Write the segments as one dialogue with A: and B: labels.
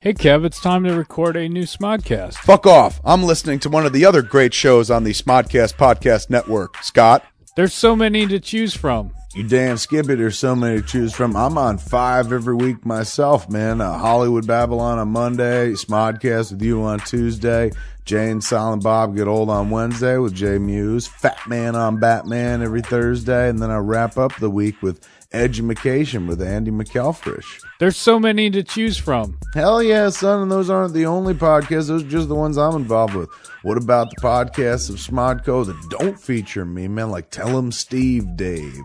A: Hey, Kev, it's time to record a new Smodcast.
B: Fuck off. I'm listening to one of the other great shows on the Smodcast Podcast Network. Scott,
A: There's so many to choose from.
C: You damn skippy, there's so many to choose from. I'm on five every week myself, man. Uh, Hollywood Babylon on Monday, Smodcast with you on Tuesday, Jane, Silent Bob Get Old on Wednesday with Jay Muse, Fat Man on Batman every Thursday, and then I wrap up the week with Edumacation with Andy McElfrish.
A: There's so many to choose from.
C: Hell yeah, son, and those aren't the only podcasts. Those are just the ones I'm involved with. What about the podcasts of Smodco that don't feature me, man? Like Tell 'em Steve Dave,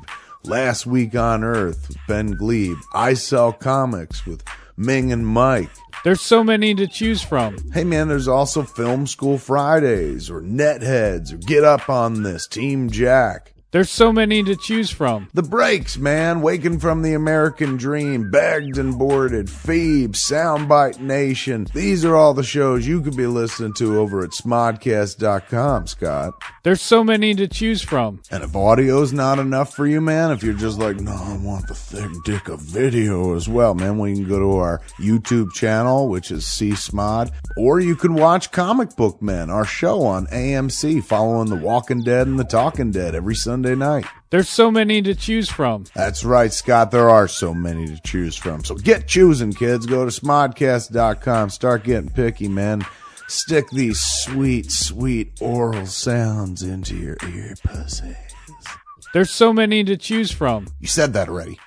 C: Last Week on Earth with Ben Glebe, I Sell Comics with Ming and Mike.
A: There's so many to choose from.
C: Hey man, there's also Film School Fridays or Netheads or Get Up on This, Team Jack.
A: There's so many to choose from.
C: The breaks, man. Waking from the American dream, bagged and boarded, Phoebe, Soundbite Nation. These are all the shows you could be listening to over at smodcast.com, Scott.
A: There's so many to choose from.
C: And if audio's not enough for you, man, if you're just like, no, I want the thick dick of video as well, man, well, you can go to our YouTube channel, which is CSMOD, or you can watch Comic Book Men, our show on AMC, following The Walking Dead and The Talking Dead every Sunday night.
A: There's so many to choose from.
C: That's right, Scott. There are so many to choose from. So get choosing, kids. Go to smodcast.com. Start getting picky, man. Stick these sweet, sweet oral sounds into your ear pussy.
A: There's so many to choose from.
C: You said that already.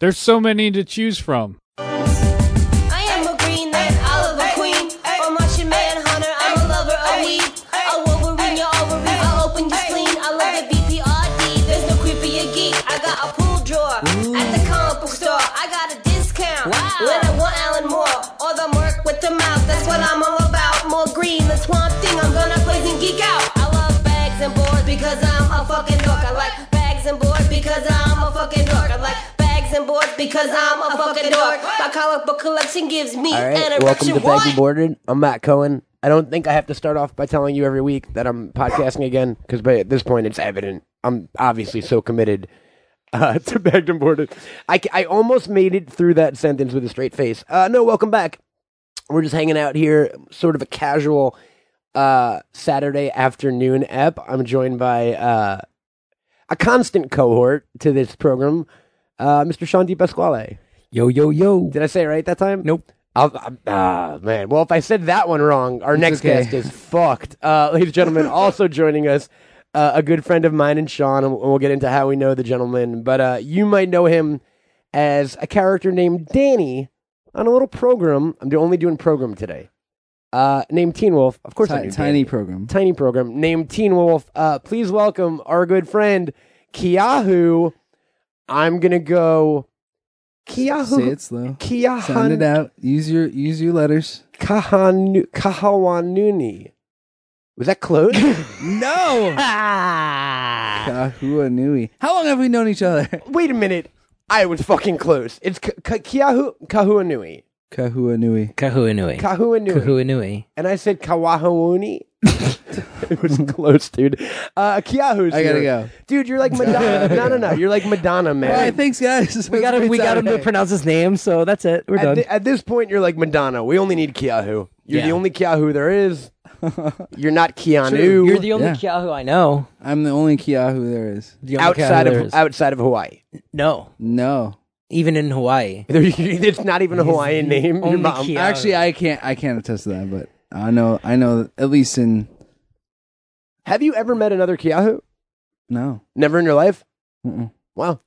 A: There's so many to choose from.
D: I am a green knight, Oliver Queen. I'm watching Manhunter, I'm a lover of weed. A Wolverine, your Wolverine, I'll open your spleen. I love the BPRD, there's no creepier geek. I got a pool drawer at the comic book store. I got a discount when I want Alan Moore or the Merc with the mouth. That's what I'm all about. More green, the swamp thing, I'm gonna blaze and geek out. I love bags and boards because I'm a fucking dork. I like bags and boards because I'm a fucking dork. I like bags and boards because I'm a fucking dork. My comic book collection gives me
E: All
D: an
E: right,
D: erection.
E: welcome to
D: Why?
E: Baggy Boarded. I'm Matt Cohen. I don't think I have to start off by telling you every week that I'm podcasting again, because by at this point it's evident. I'm obviously so committed uh, to Bagged and Boarded. I, ca- I almost made it through that sentence with a straight face. Uh, no, welcome back. We're just hanging out here, sort of a casual uh, Saturday afternoon ep. I'm joined by uh, a constant cohort to this program, uh, Mr. Sean Di Pasquale.
F: Yo, yo, yo.
E: Did I say it right that time?
F: Nope.
E: I'll, I'm, ah, man. Well, if I said that one wrong, our next
F: okay.
E: guest is fucked. Uh, ladies and gentlemen, also joining us, uh, a good friend of mine and Sean, and we'll- we'll get into how we know the gentleman. But uh, you might know him as a character named Danny on a little program. I'm do- only doing program today. Uh, named Teen Wolf. Of course, I
F: Ti-
E: knew
F: tiny
E: Danny.
F: program.
E: Tiny program named Teen Wolf. Uh, please welcome our good friend Kiahu. I'm gonna go Kiahu.
F: Say it slow.
E: Kiahan
F: Sound it out. Use your use your letters.
E: Kahanu, Kahawanuni. Was that close?
F: No.
E: ah!
F: Kahuanui. How long have we known each other?
E: Wait a minute. I was fucking close. It's K- K- Kiahu, Kahuanui.
F: Kahuanui.
G: Kahuanui.
E: Kahuanui.
G: Kahuanui.
E: and I said Kawahawuni. it was close, dude. Uh, Kiahu's
F: I gotta
E: here.
F: go.
E: Dude, you're like Madonna. no, no, no. You're like Madonna, man.
F: All right, thanks guys.
G: We got him. We got him to pronounce his name, so that's it. We're
E: at,
G: done.
E: thi- at this point, you're like Madonna. We only need Kiahu. You're
G: Yeah.
E: the only Kiahu there is. You're not Keanu.
G: You're the only
F: Yeah.
G: Kiahu I know.
F: I'm the only Kiahu there is.
G: The only
E: outside
G: Kiahu there
E: of
G: is.
E: outside of Hawaii.
G: no,
F: No.
G: even in Hawaii.
E: There- it's not even a Hawaiian name. Your
G: only
E: mom.
G: Kiahu.
F: Actually, I can't I can't attest to that, but I know I know at least in
E: Have you ever met another Kiahu?
F: no.
E: Never in your life?
F: Mm-mm.
E: Wow.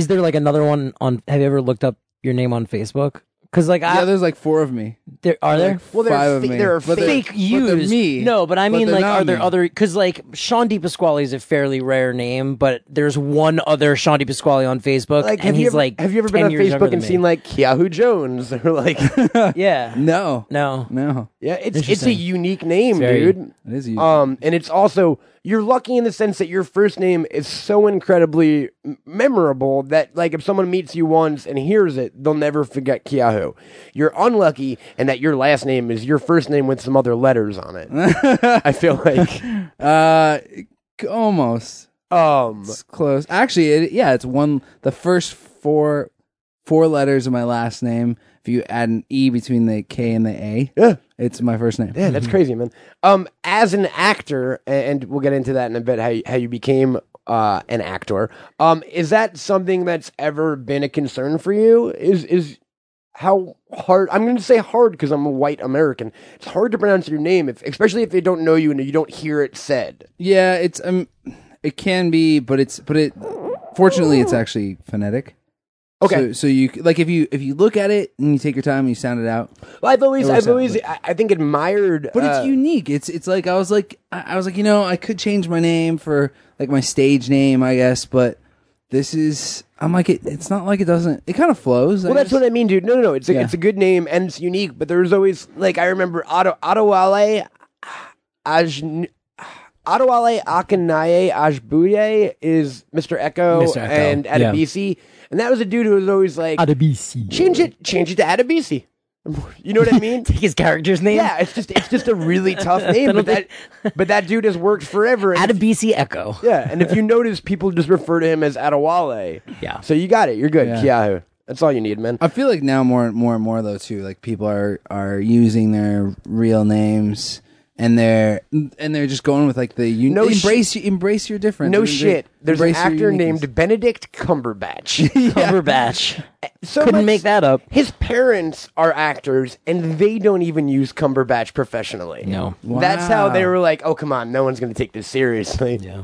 G: is there like another one on? Have you ever looked up your name on Facebook? Because like
F: Yeah,
G: I,
F: there's like four of me.
G: there, are there
F: Like
E: Well, there are
F: five of
E: fa-
F: me.
E: there are
F: But they're-
G: fake
F: but they're
G: use
F: me.
G: No, but I mean
F: they're
G: like,
F: not
G: are there
F: me.
G: other? Because like Sean DePasquale is a fairly rare name, but there's one other Sean DePasquale on Facebook,
E: Like,
G: and
E: have
G: he's
E: you ever,
G: like,
E: have you ever
G: 10
E: been on
G: years younger
E: Facebook
G: than
E: and
G: me.
E: seen like Kiahu Jones or like?
G: yeah,
F: No.
G: no,
F: No.
E: yeah, it's it's a
G: Interesting.
E: unique name,
G: very-
E: dude.
F: It is you.
G: Oh.
E: Um, and it's also you're lucky in the sense that your first name is so incredibly m- memorable that like if someone meets you once and hears it, they'll never forget Kiahu. You're unlucky in that your last name is your first name with some other letters on it. I feel like
F: uh c- almost.
E: um
F: It's close. Actually, it, yeah, it's one. The first four four letters of my last name If you add an E between the K and the A,
E: Yeah.
F: it's my first name.
E: Yeah, that's crazy, man. Um, as an actor, a- and we'll get into that in a bit, how you, how you became uh, an actor. Um, is that something that's ever been a concern for you? Is is how hard? I'm going to say hard because I'm a white American. It's hard to pronounce your name, if, especially if they don't know you and you don't hear it said.
F: Yeah, it's um, it can be, but it's but it. Fortunately, it's actually phonetic.
E: Okay.
F: So, so you like if you if you look at it and you take your time and you sound it out,
E: Well, I've always,
F: It works
E: I've
F: out,
E: always,
F: but-
E: I, I think admired.
F: but
E: uh,
F: it's unique. It's it's like I was like I, I was like you know I could change my name for like my stage name I guess, but this is I'm like it. It's not like it doesn't. It kind of flows.
E: Well, that's what I mean, dude. No, no, no. It's a,
F: Yeah.
E: it's a good name and it's unique, but there's always like I remember Otto Ottawale Ajn. Ottawale Akinaye Ajbuye is Mr. Echo,
H: Mr. Echo,
E: and
H: yeah.
E: Adebisi. And that was a dude who was always like,
H: Adebisi.
E: change it, change it to Adebisi. You know what I mean?
G: Take his character's name.
E: yeah, it's just it's just a really tough name, but that but that dude has worked forever. and-
G: Adebisi Echo.
E: yeah, and if you notice, people just refer to him as Adewale.
G: Yeah.
E: So you got it. You're good.
F: Yeah.
E: Kiahu. That's all you need, man.
F: I feel like now more and more and more though too, like people are are using their real names and they're and they're just going with like the you
E: No
F: embrace embrace your difference.
E: No
F: Embra-
E: shit. There's an
F: embrace your
E: actor
F: uniqueness.
E: named Benedict Cumberbatch.
G: Cumberbatch.
E: So
G: Couldn't
E: much-
G: make that up.
E: His parents are actors, and they don't even use Cumberbatch professionally.
G: No.
E: That's how they
F: Wow.
E: were like, "Oh come on, no one's going to take this seriously." Yeah,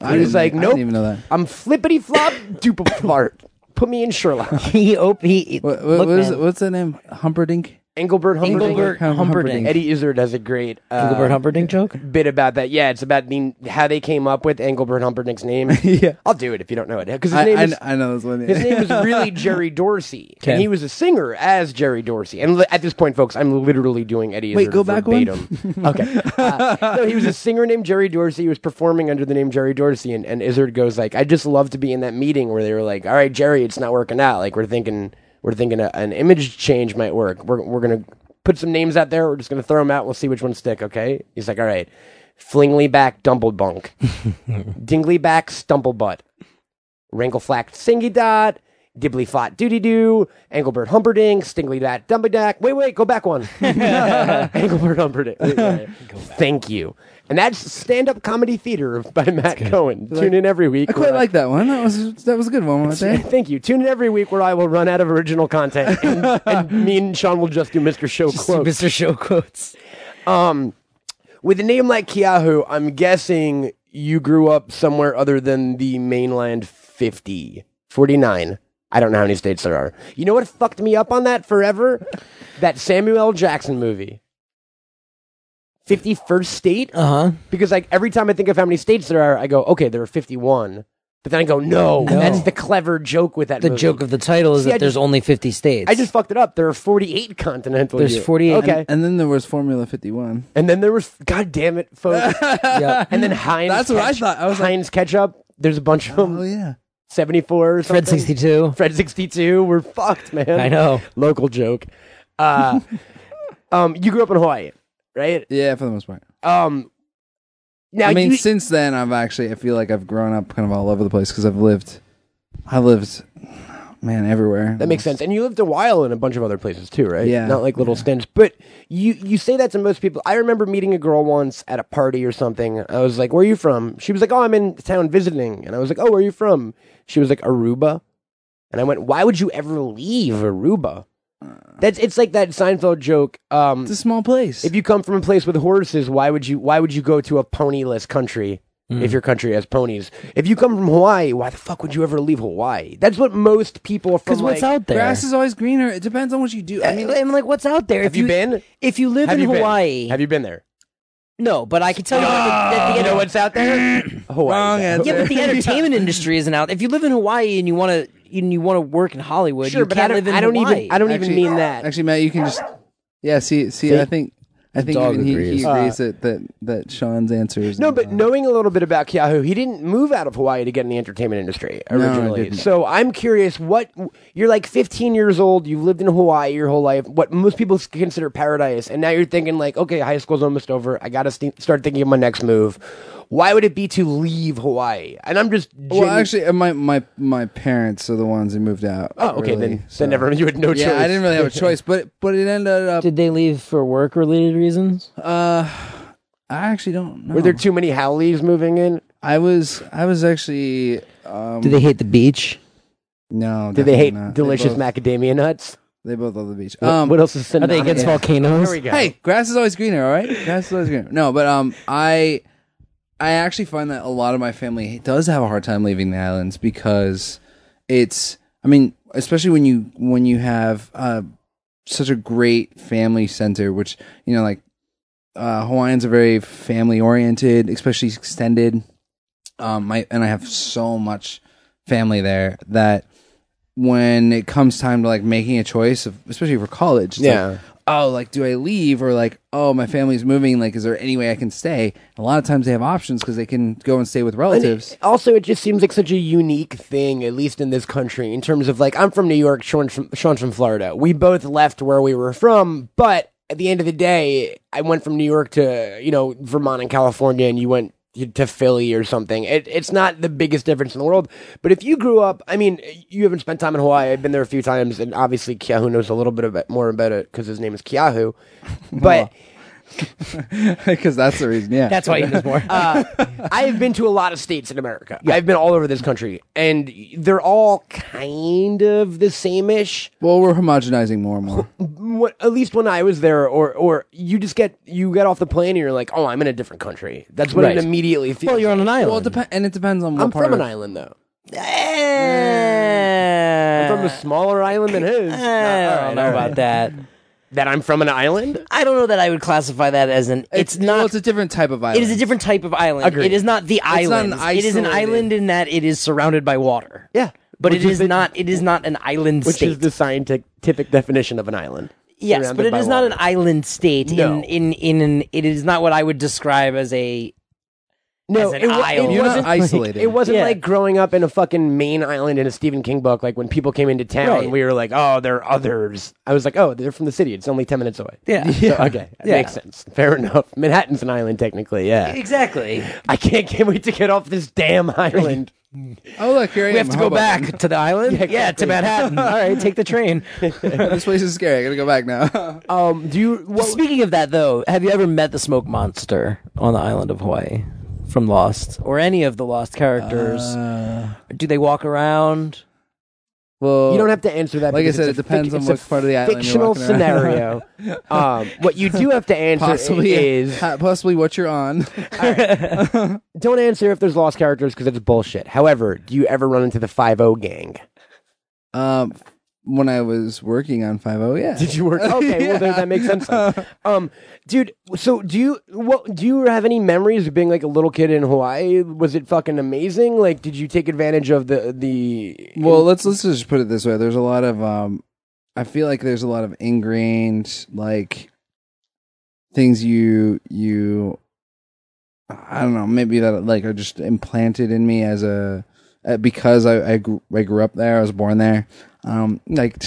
F: I
E: was
F: didn't-
E: like,
F: I
E: nope.
F: didn't even know that.
E: I'm flippity flop, duper fart. Put me in Sherlock.
G: He op he.
F: What, what,
G: look,
F: what is,
G: man.
F: what's the name? Humperdinck.
E: Engelbert Humperdinck.
G: Engelbert
F: Hum-
G: Humperdinck.
E: Eddie Izzard has a great uh,
G: Engelbert Humperdinck joke.
E: bit about that. Yeah, it's about the, how they came up with Engelbert Humperdinck's name.
F: Yeah.
E: I'll do it if you don't know it because his
F: I,
E: name
F: I,
E: is
F: I know this one.
E: His name was really Jerry Dorsey, and
G: Okay.
E: he was a singer as Jerry Dorsey. And li- at this point, folks, I'm literally doing Eddie.
F: Wait,
E: Izzard
F: go back one.
E: verbatim. okay, Uh, no, he was a singer named Jerry Dorsey. He was performing under the name Jerry Dorsey, and, and Izzard goes like, "I just love to be in that meeting where they were like, all right, Jerry, it's not working out. Like we're thinking, we're thinking a, an image change might work. We're we're gonna put some names out there. We're just gonna throw them out. We'll see which ones stick. Okay." He's like, "All right." Flingly back, Dumblebunk. Dingly back, Stumblebutt. Wrangle Flack Singy Dot, Dibbly Fot Doody Doo, Engelbert Humperdinck, Stingly Dot Dumby Dack. Wait, wait, go back one. Engelbert Humperdinck. Wait, wait, wait. Thank you. And that's stand up comedy theater by Matt Cohen. Tune in every week.
F: I quite like that one. That was that was a good one. Wasn't it?
E: Thank you. Tune in every week where I will run out of original content, and, and me and Sean will just do Mr. Show quotes.
G: Mr. Show quotes.
E: Um, With a name like Kiahu, I'm guessing you grew up somewhere other than the mainland 50, 49. I don't know how many states there are. You know what fucked me up on that forever? that Samuel L. Jackson movie. 51st state?
G: Uh huh.
E: Because like every time I think of how many states there are, I go, okay, there are 51. But then I go, no,
G: No.
E: that's the clever joke with that
G: The
E: movie.
G: joke of the title is
E: See,
G: that
E: I
G: there's
E: just-
G: only 50 states.
E: I just fucked it up. There are 48 continental
G: There's
E: years.
G: 48.
E: Okay.
F: And, then there was Formula Fifty One.
E: And then there was, god damn it, folks.
G: Yep.
E: And then Heinz.
F: That's what I thought. I was like-
E: Heinz ketchup. There's a bunch of them.
F: Oh yeah.
E: 74 or
G: Fred
E: something.
G: 62.
E: Fred 62. We're fucked, man.
G: I know.
E: Local joke. Uh, um, you grew up in Hawaii, right?
F: Yeah, for the most part.
E: Um, now
F: I mean,
E: you,
F: since then, I've actually I feel like I've grown up kind of all over the place because I've lived, I lived, man, everywhere.
E: that makes sense. And you lived a while in a bunch of other places too, right?
F: Yeah.
E: Not like little stints. But you, you say that to most people. I remember meeting a girl once at a party or something. I was like, where are you from? She was like, oh, I'm in town visiting. And I was like, oh, where are you from? She was like, Aruba. And I went, why would you ever leave Aruba?
G: Uh.
E: That's it's like that Seinfeld joke. Um,
F: It's a small place.
E: If you come from a place with horses, why would you why would you go to a ponyless country
G: Hmm.
E: if your country has ponies? If you come from Hawaii, why the fuck would you ever leave Haway? That's what most people from
G: Because what's
E: like-
G: out there?
F: Grass is always greener. It depends on what you
E: Eh,
F: do. I mean,
G: I'm like, what's out there?
E: Have
G: if
E: you been?
G: If you live
E: Have
G: in
E: you been?
G: Hawaii,
E: Have you been there?
G: no, but I can tell you. that the- that the
E: You know what's out there? Hawaii.
F: Wrong answer.
G: Yeah, but the entertainment industry isn't out. If you live in Hawaii and you want to, you, you want to work in Hollywood,
E: Sure,
G: you
E: but
G: can't
E: I don't,
G: live in
E: I don't
G: Hawaii.
E: even I don't even mean that.
F: Actually, Matt, you can just yeah. See, see, I think I think
G: dog
F: even he, he
G: agrees.
F: agrees that, that that Sean's answer is
E: Uh, No, but knowing a little bit about Kiahu, he didn't move out of Hawaii to get in the entertainment industry originally.
F: didn't.
E: So I'm curious, what you're like 15 years old, you've lived in Hawaii your whole life, what most people s- consider paradise, and now you're thinking like, okay, high school's almost over, I gotta st- start thinking of my next move. Why would it be to leave Hawaii? And I'm just
F: Well,
E: genu-
F: actually, uh, my, my my parents are the ones who moved out.
E: oh, okay,
F: early,
E: then
F: so-
E: then never you had no
F: Yeah,
E: choice.
F: I didn't really have a choice, but but it ended up.
G: Did they leave for work related reasons?
F: Uh, I actually don't know.
E: Were there too many Howleys moving in?
F: I was I was actually um,
G: Did they hate the beach?
F: no.
E: Did they hate
F: definitely not.
E: delicious
F: both-
E: macadamia nuts?
F: They both love the beach.
E: Um, what else is
G: Are
E: synonymous?
G: they against
E: There
G: volcanoes?
E: we go.
F: Hey, grass is always greener. All right, grass is always greener. No, but um, I I actually find that a lot of my family does have a hard time leaving the islands because it's. I mean, especially when you when you have uh, such a great family center, which you know, like uh, Hawaiians are very family oriented, especially extended. Um, my and I have so much family there that when it comes time to like making a choice of especially for college, it's like,
E: Yeah.
F: oh, like do I leave or like oh my family's moving? Like, is there any way I can stay? A lot of times they have options because they can go and stay with
E: And
F: relatives.
E: Also, it just seems like such a unique thing, at least in this country, in terms of like I'm from New York, Sean's from, Sean's from Florida. We both left where we were from, but at the end of the day, I went from New York to you know Vermont and California, and you went to Philly or something. It, it's not the biggest difference in the world, but if you grew up, I mean, you haven't spent time in Hawaii. I've been there a few times, and obviously Kiahu knows a little bit about, more about it because his name is Kiahu, but.
F: Because that's the reason. Yeah,
G: That's why he was more.
E: I have been to a lot of states in America. I've been all over this country, and they're all kind of the same-ish.
F: Well, we're homogenizing more and more.
E: What, at least when I was there, or or you just get you get off the plane and you're like, oh, I'm in a different country. That's what
G: Right.
E: it immediately feels.
G: well, you're on an island.
F: Well, it depends, and it depends on what
E: I'm
F: part
E: from
F: of
E: an
F: it.
E: island though.
G: Eh.
E: I'm from a smaller island than his.
G: I don't know about that.
E: That I'm from an island.
G: I don't know that I would classify that as an. It's, not.
F: Well, it's a different type of
G: it
F: island.
G: is a different type of island.
E: Agreed.
G: It is not the
F: not an
G: island. it is an
F: isolated-
G: island in that it is surrounded by water.
E: Yeah,
G: But
E: Which
G: it is
E: the-
G: not. It is not an island
E: Which
G: state.
E: is the scientific definition of an island.
G: yes, but
E: surrounded
G: it
E: by
G: is not an
E: water.
G: island state.
E: No.
G: In in in an, it is not what I would describe as a.
E: No,
G: as an
E: it, wa-
G: island.
E: it
F: You're
E: wasn't
F: not isolated.
E: It wasn't
G: Yeah.
E: like growing up in a fucking main island in a Stephen King book. Like when people came into town,
G: Right.
E: we were like, "Oh, they're others." I was like, "Oh, they're from the city. It's only ten minutes away."
G: Yeah.
E: So, okay, that
G: Yeah.
E: makes sense. Fair enough. Manhattan's an island, technically. Yeah.
G: Exactly.
E: I can't, can't wait to get off this damn island.
F: oh look, here I
G: We
F: am,
G: have to go
F: Hoboken.
G: back to the island. Yeah, to Manhattan. All right, take the train.
F: this place is scary. I gotta go back now.
E: Um, do you? What,
G: Speaking of that, though, have you ever met the smoke monster on the island of Hawaii from Lost or any of the Lost characters? Do they walk around?
F: well,
E: you don't have to answer that.
F: Like I
E: because
F: said,
E: it's a
F: it
E: fic-
F: depends on
E: it's a
F: what part of the island you're
E: Fictional
F: walking around.
E: scenario. um, what you do have to answer
F: possibly
E: is
F: po- possibly what you're on.
E: don't answer if there's lost characters because it's bullshit. However, do you ever run into the Five O gang?
F: um, when I was working on Five O, yeah.
E: Did you work? Okay, well then that makes sense. then. Um, dude, so do you what do you have any memories of being like a little kid in Hawaii? Was it fucking amazing? Like, did you take advantage of the the?
F: Well, let's let's just put it this way. There's a lot of um, I feel like there's a lot of ingrained like things you you I don't know maybe that like are just implanted in me as a uh, because I I grew, I grew up there. I was born there. Um, like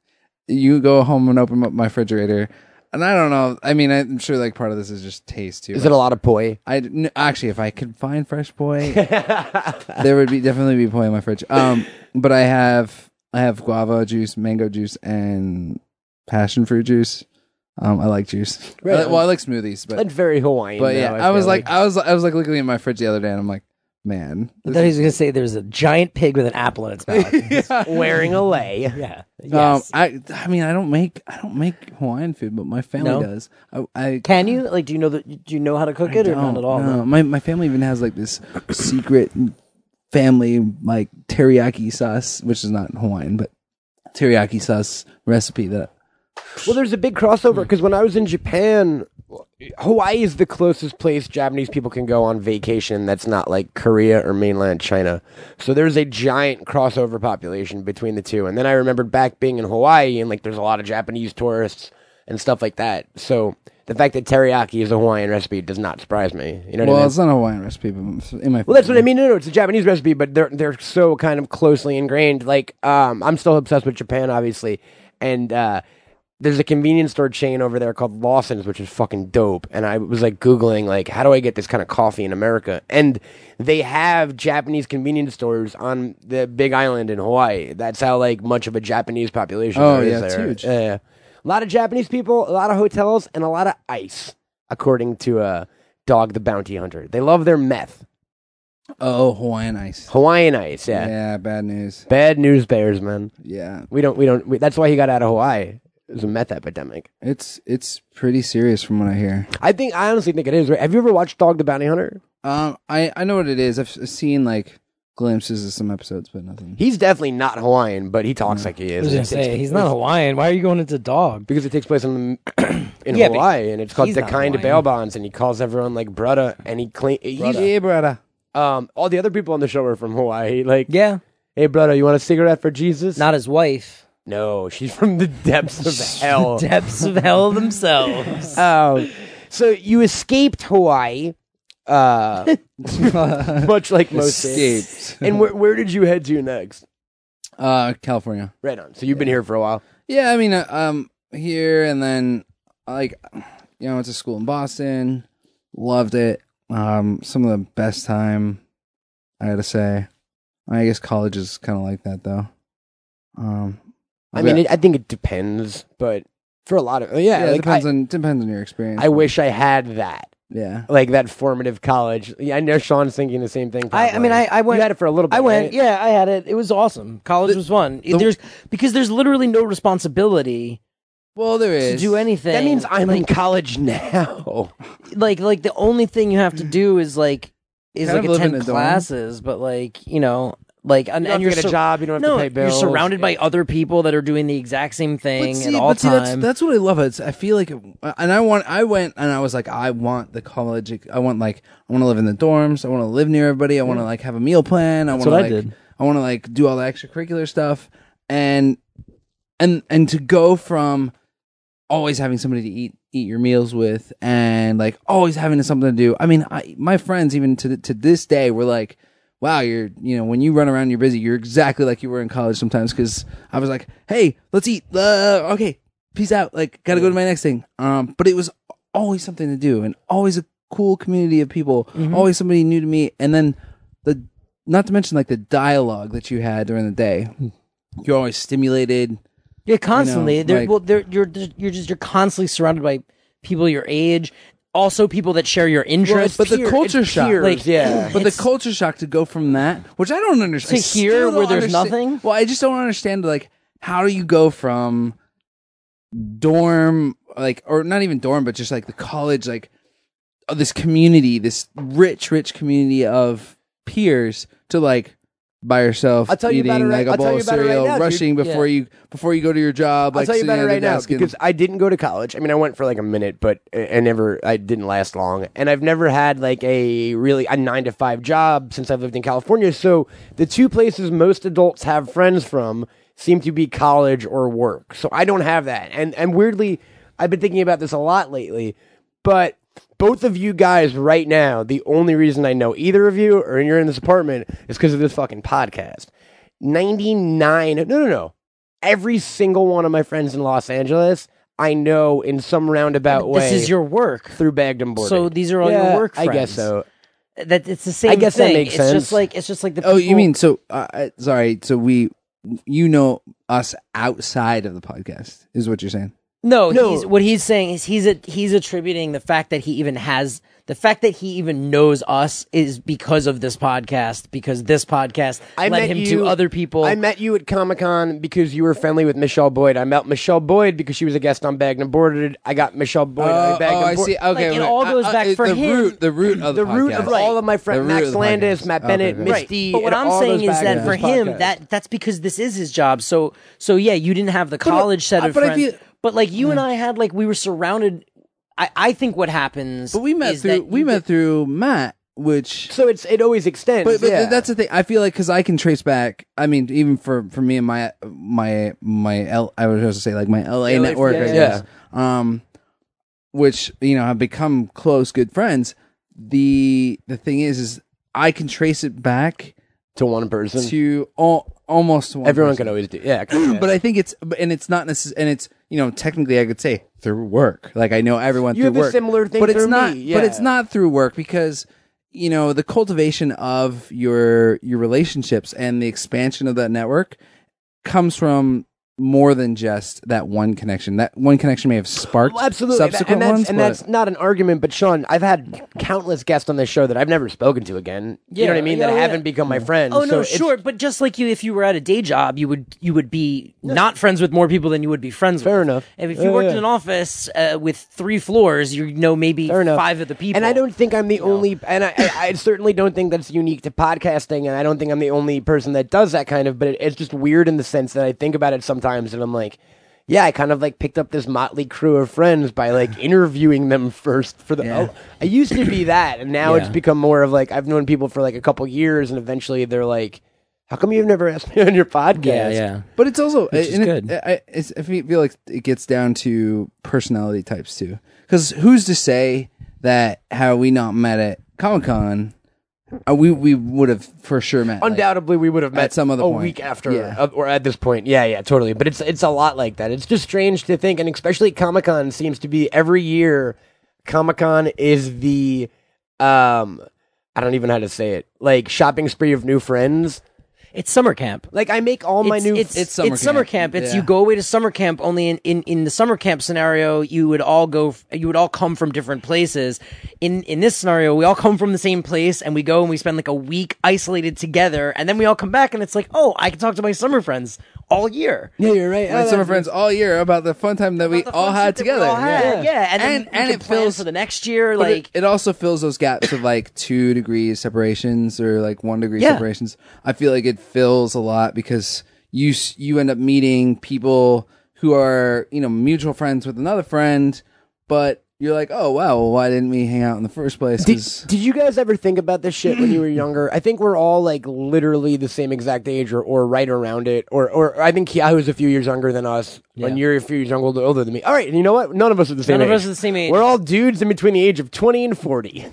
F: you go home and open up my refrigerator. And I don't know. I mean, I'm sure like part of this is just taste too.
E: is it a lot of poi?
F: I n- actually, if I could find fresh poi, there would be definitely be poi in my fridge. Um, but I have I have guava juice, mango juice, and passion fruit juice. Um, I like juice. I
E: Right.
F: li- well, I like smoothies, but
E: That's very Hawaiian.
F: but
E: though,
F: yeah, I, was
E: feel
F: like, I was I was like looking at my fridge the other day, and I'm like, man,
G: I thought he was going to say there's a giant pig with an apple in its mouth.
E: wearing a lei.
G: yeah.
F: um,
G: Yes.
F: I I mean, I don't make I don't make Hawaiian food, but my family
G: No?
F: does. I, I
G: Can you like? Do you know that? Do you know how to cook it or not
F: don't
G: at all?
F: know. My my family even has like this secret family like teriyaki sauce, which is not Hawaiian, but teriyaki sauce recipe that
E: Well, there's a big crossover because when I was in Japan, Hawaii is the closest place Japanese people can go on vacation that's not like Korea or mainland China. So there's a giant crossover population between the two. And then I remembered back being in Hawaii and like there's a lot of Japanese tourists and stuff like that. So the fact that teriyaki is a Hawaiian recipe does not surprise me. You know what I
F: Well,
E: mean?
F: it's not a Hawaiian recipe, but it's in my
E: Well, that's what I mean. No, no, it's a Japanese recipe, but they're they're so kind of closely ingrained. Like, um, I'm still obsessed with Japan, obviously, and uh, there's a convenience store chain over there called Lawson's, which is fucking dope. And I was like googling, like, how do I get this kind of coffee in America? And they have Japanese convenience stores on the Big Island in Hawaii. That's how like much of a Japanese population
F: Oh,
E: there is
F: yeah, it's
E: there.
F: huge.
E: Yeah, yeah. a lot of Japanese people, a lot of hotels, and a lot of ice, according to uh, Dog the Bounty Hunter. They love their meth.
F: Oh, Hawaiian ice.
E: Hawaiian ice, yeah.
F: Yeah. bad news.
E: Bad news bears, man.
F: Yeah,
E: We don't, we don't. We, that's why he got out of Hawaii. It was a meth epidemic.
F: it's it's pretty serious from what I hear.
E: I think, I honestly think it is. Right? Have you ever watched Dog the Bounty Hunter?
F: Um, I I know what it is. I've s- seen like glimpses of some episodes, but nothing.
E: He's definitely not Hawaiian, but he talks like he
G: Mm. I
E: is.
G: was gonna
E: It's- it's-
G: say he's not Hawaiian. Why are you going into dog?
E: because it takes place in the, in
G: Yeah, but
E: Hawaii, and it's called
G: he's
E: the
G: not
E: kind of
G: Hawaiian.
E: bail bonds, and he calls everyone like brudda, and he clean. He's,
F: Yeah, brother.
E: um, all the other people on the show are from Hawaii. Like,
G: Yeah,
E: hey, brudda, you want a cigarette for Jesus?
G: not his wife.
E: no, she's from the depths of hell.
G: Depths of hell themselves.
E: Um, so you escaped Hawaii, uh, much like most things.
F: Escaped.
E: And where, where did you head to next?
F: Uh, California.
E: Right on. So you've been here for a while.
F: Yeah, I mean, uh, um, here and then, like, you know, I went to school in Boston, loved it. Um, some of the best time, I gotta say. I guess college is kind of like that, though. Um,
E: I mean, it, I think it depends, but for a lot of oh, yeah,
F: yeah, it
E: like,
F: depends
E: I,
F: on depends on your experience.
E: I wish I had that,
F: yeah.
E: like that formative college. Yeah, I know Sean's thinking the same thing.
G: I, I
E: probably.
G: mean, I, I went.
E: You had it for a little bit.
G: I went.
E: right?
G: Yeah, I had it. It was awesome. College was fun. It- there's because there's literally no responsibility
F: Well, there
G: to
F: is
G: do anything.
E: That means I'm in college now.
G: like like the only thing you have to do is like is
F: Kind
G: like
F: of live in
G: attend
F: a dorm.
G: classes, but like you know like and,
E: You don't
G: and
E: have
G: you're
E: to get a
G: sur-
E: job. You don't have to
G: no,
E: pay bills.
G: you're surrounded by other people that are doing the exact same thing
F: But
G: at
F: see-
G: all
F: but see,
G: time.
F: That's, that's what I love. It's I feel like, and I want. I went and I was like, I want the college. I want like I want to live in the dorms. I want to live near everybody. I want to like have a meal plan. I want to
G: what I
F: like
G: did.
F: I want to like do all the extracurricular stuff and and and to go from always having somebody to eat eat your meals with and like always having something to do. I mean, I, my friends even to to this day were like, "Wow, you're you know when you run around, you're busy. You're exactly like you were in college sometimes." Because I was like, "Hey, let's eat. Uh, okay, peace out. Like, gotta go to my next thing." Um, but it was always something to do and always a cool community of people, always somebody new to meet, and then the not to mention like the dialogue that you had during the day. You're always stimulated.
G: Yeah, constantly. They're-
F: like-
G: well, they're, you're you're just you're constantly surrounded by people your age, also people that share your interests.
F: but the culture shock,
G: Like,
E: yeah.
F: But the
G: it's-
F: culture shock to go from that, which I don't understand,
G: To here
F: still don't
G: where there's
F: understand-
G: nothing?
F: Well, I just don't understand. Like, how do you go from dorm, like, or not even dorm, but just like the college, like oh, this community, this rich, rich community of peers, to like by yourself,
E: I'll tell you
F: eating
E: about it right-
F: like
E: I'll
F: a
E: tell
F: bowl
E: you
F: of
E: about it right
F: cereal,
E: now, dude.
F: rushing before you before you go to your job. Like,
E: I'll tell you
F: sitting
E: about it
F: at the
E: right now
F: desk and-
E: because I didn't go to college. I mean, I went for like a minute, but I I never, I didn't last long. And I've never had like a really a nine to five job since I've lived in California. So the two places most adults have friends from seem to be college or work. So I don't have that. And and weirdly, I've been thinking about this a lot lately. But both of you guys right now, the only reason I know either of you or you're in this apartment is because of this fucking podcast. 99 no no no every single one of my friends in Los Angeles, I know in some roundabout way.
G: this is your work.
E: through bagged and boarded.
G: So these are all your
E: Yeah,
G: work
E: I guess
G: friends.
E: so.
G: That it's the same.
E: I guess that
G: thing.
E: makes
G: It's
E: sense.
G: just like it's just like the.
F: Oh, you
G: people-
F: mean so? Uh, I- sorry. So we, you know, us outside of the podcast is what you're saying.
G: No,
E: No.
G: He's, what he's saying is he's a, he's attributing the fact that he even has the fact that he even knows us is because of this podcast because this podcast
E: I
G: led
E: met
G: him
E: you-
G: to other people.
E: I met you at Comic Con because you were friendly with Michelle Boyd. I met Michelle Boyd because she was a guest on Bagged and Boarded. I got Michelle Boyd.
G: Oh,
F: Uh,
E: on
F: oh,
E: Bagged and Boarded.
G: Like, it all goes back for
F: the
G: him.
F: Root, the root of the,
E: The root of
F: podcast.
E: all of my
F: The
E: friends,
F: root
E: Max
F: of the
E: Landis,
F: podcast.
E: Matt
F: Okay,
E: Bennett,
F: okay.
G: Right,
E: Misty.
G: but what
E: and
G: I'm
E: all those
G: saying is
E: bagged
G: that
E: and
G: for
E: boarded
G: him,
E: podcasts.
G: that that's because this is his job. So, so yeah, you didn't have the college set
F: uh,
G: of
F: but I
G: friends,
F: feel- Mm.
G: but like you and I had, like we were surrounded. I, I think what happens,
F: But we met
G: is that
F: through we
G: you
F: met
G: get-
F: through Matt, which
E: so it's it always extends.
F: but, but
E: yeah.
F: that's the thing. I feel like because I can trace back. I mean, even for for me and my my my L. I was supposed to say like my LA network.
E: yeah,
F: I
E: yeah.
F: guess. Um, which you know have become close, good friends. The the thing is, is I can trace it back
E: to one person.
F: to all, almost to one
E: Everyone
F: person.
E: can always do. Yeah, 'cause-
F: But I think it's and it's not necess- and it's you know technically I could say through work. Like I know everyone
E: You
F: through
E: have a
F: work.
E: similar thing
F: but it's
E: through
F: not.
E: me,
F: But
E: yeah.
F: it's not through work because you know the cultivation of your your relationships and the expansion of that network comes from more than just that one connection. That one connection may have sparked
E: Well, absolutely, and- and
F: subsequent
E: that's,
F: ones.
E: and
F: but-
E: that's not an argument. But Sean, I've had countless guests on this show that I've never spoken to again. you know what I
G: Yeah,
E: mean?
G: yeah,
E: that
G: yeah.
E: haven't become
F: Mm.
E: my friends.
G: Oh
E: So
G: no,
E: it's-
G: sure, but just like you, if you were at a day job, you would you would be not friends with more people than you would be friends with.
E: Fair enough.
G: And if
E: Yeah,
G: you worked
E: yeah.
G: in an office uh, with three floors, you know maybe
E: Fair enough.
G: five of the people.
E: And I don't think I'm the only, and I, I, I certainly don't think that's unique to podcasting, and I don't think I'm the only person that does that kind of. But it, it's just weird in the sense that I think about it sometimes, and I'm like, yeah, I kind of like picked up this motley crew of friends by like interviewing them first for the. Oh, I used to be that, and now it's
F: Yeah.
E: become more of like I've known people for like a couple years, and eventually they're like, "How come you've never asked me on your podcast?"
G: Yeah, yeah.
F: But it's also
G: Which is
F: and it-
G: good.
F: I, it's, I fe- feel like it gets down to personality types too. Because who's to say that had we not met at Comic Con, uh, we we would have for sure met. like-
E: Undoubtedly, we would have met
F: some other
E: a
F: point.
E: week after,
F: Yeah.
E: uh, or at this point. Yeah, yeah, totally. But it's it's a lot like that. It's just strange to think, and especially Comic Con seems to be every year. Comic Con is the, um, I don't even know how to say it. Like shopping spree of new friends.
G: It's summer camp.
E: Like I make all my
G: it's,
E: new.
G: it's,
F: It's
G: it's
F: summer
G: summer
F: camp.
G: camp. It's
F: Yeah.
G: you go away to summer camp. Only in, in, in the summer camp scenario, you would all go. f- You would all come from different places. In in this scenario, we all come from the same place, and we go and we spend like a week isolated together, and then we all come back, and it's like, oh, I can talk to my summer friends all year.
E: yeah, you're right.
F: my summer friends all year about the fun time that we
G: The
F: all
G: fun
F: had
G: shit that we
F: together.
G: all had, yeah. and then
F: and,
G: we
F: and
G: can
F: it
G: plan
F: fills
G: for the next year.
F: But
G: Like
F: it, it also fills those gaps of like two degrees separations or like one degree
G: Yeah.
F: separations. I feel like it fills a lot because you s- you end up meeting people who are you know mutual friends with another friend, but you're like, oh wow, well, why didn't we hang out in the first place?
E: Did,
F: 'Cause-
E: did you guys ever think about this shit when you were younger? I think we're all like literally the same exact age or, or right around it. Or or I think Kiahu's was a few years younger than us. And you're a few years younger, older than me. All right, and you know what? None of us are the same
G: None
E: age.
G: of us are the same age.
E: We're all dudes in between the age of 20 and 40.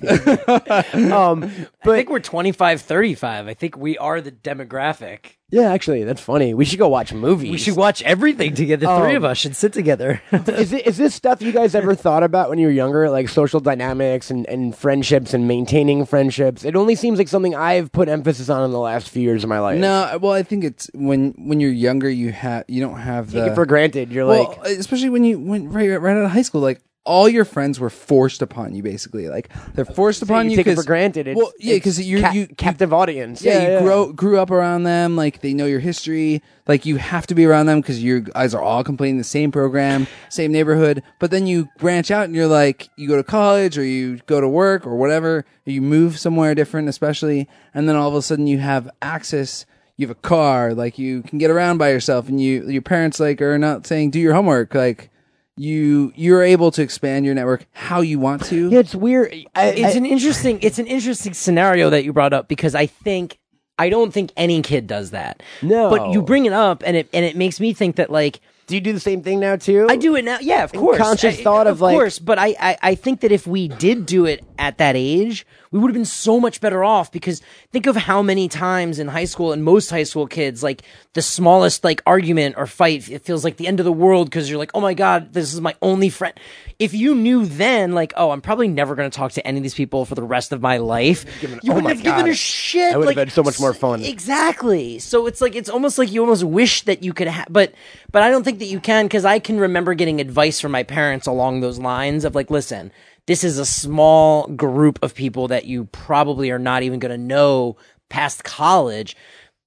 E: um,
G: I
E: but
G: think we're 25, 35. I think we are the demographic.
E: yeah, actually, that's funny. We should go watch movies.
G: We should watch everything together. The three
E: Um,
G: of us should sit together.
E: is, it, is this stuff you guys ever thought about when you were younger, like social dynamics and, and friendships and maintaining friendships? It only seems like something I've put emphasis on in the last few years of my life.
F: no, well, I think it's when when you're younger, you have you don't have
E: Take
F: the
E: it for granted. You're
F: well,
E: like,
F: especially when you went right, right out of high school, like all your friends were forced upon you, basically. Like they're forced upon
E: you
F: you
E: take it
F: 'cause-
E: for granted. It's,
F: well, yeah,
E: it's
F: because you
E: ca-
F: you
E: captive audience.
F: yeah, you grow grew up around them. Like they know your history. Like you have to be around them because you guys are all completing the same program, same neighborhood. But then you branch out and you're like, you go to college or you go to work or whatever. Or you move somewhere different, especially, and then all of a sudden you have access. You have a car, like you can get around by yourself, and you your parents like are not saying do your homework. Like you you're able to expand your network how you want to.
E: Yeah, it's weird. I,
G: it's
E: I-
G: an interesting it's an interesting scenario that you brought up because I think I don't think any kid does that.
E: No.
G: But you bring it up and it and it makes me think that like
E: do you do the same thing now too?
G: I do it now. Yeah, of course.
E: conscious
G: I-
E: thought of, like-
G: course, but I, I I think that if we did do it at that age, we would have been so much better off because think of how many times in high school and most high school kids like the smallest like argument or fight it feels like the end of the world because you're like, "Oh my god, this is my only friend." If you knew then like, "Oh, I'm probably never going to talk to any of these people for the rest of my life." you
E: oh
G: wouldn't
E: my
G: have given
E: God.
G: a shit.
E: I would have
G: like,
E: had so much more
G: s-
E: fun.
G: Exactly. So it's like it's almost like you almost wish that you could have, but but I don't think that you can because I can remember getting advice from my parents along those lines of like, listen, this is a small group of people that you probably are not even going to know past college.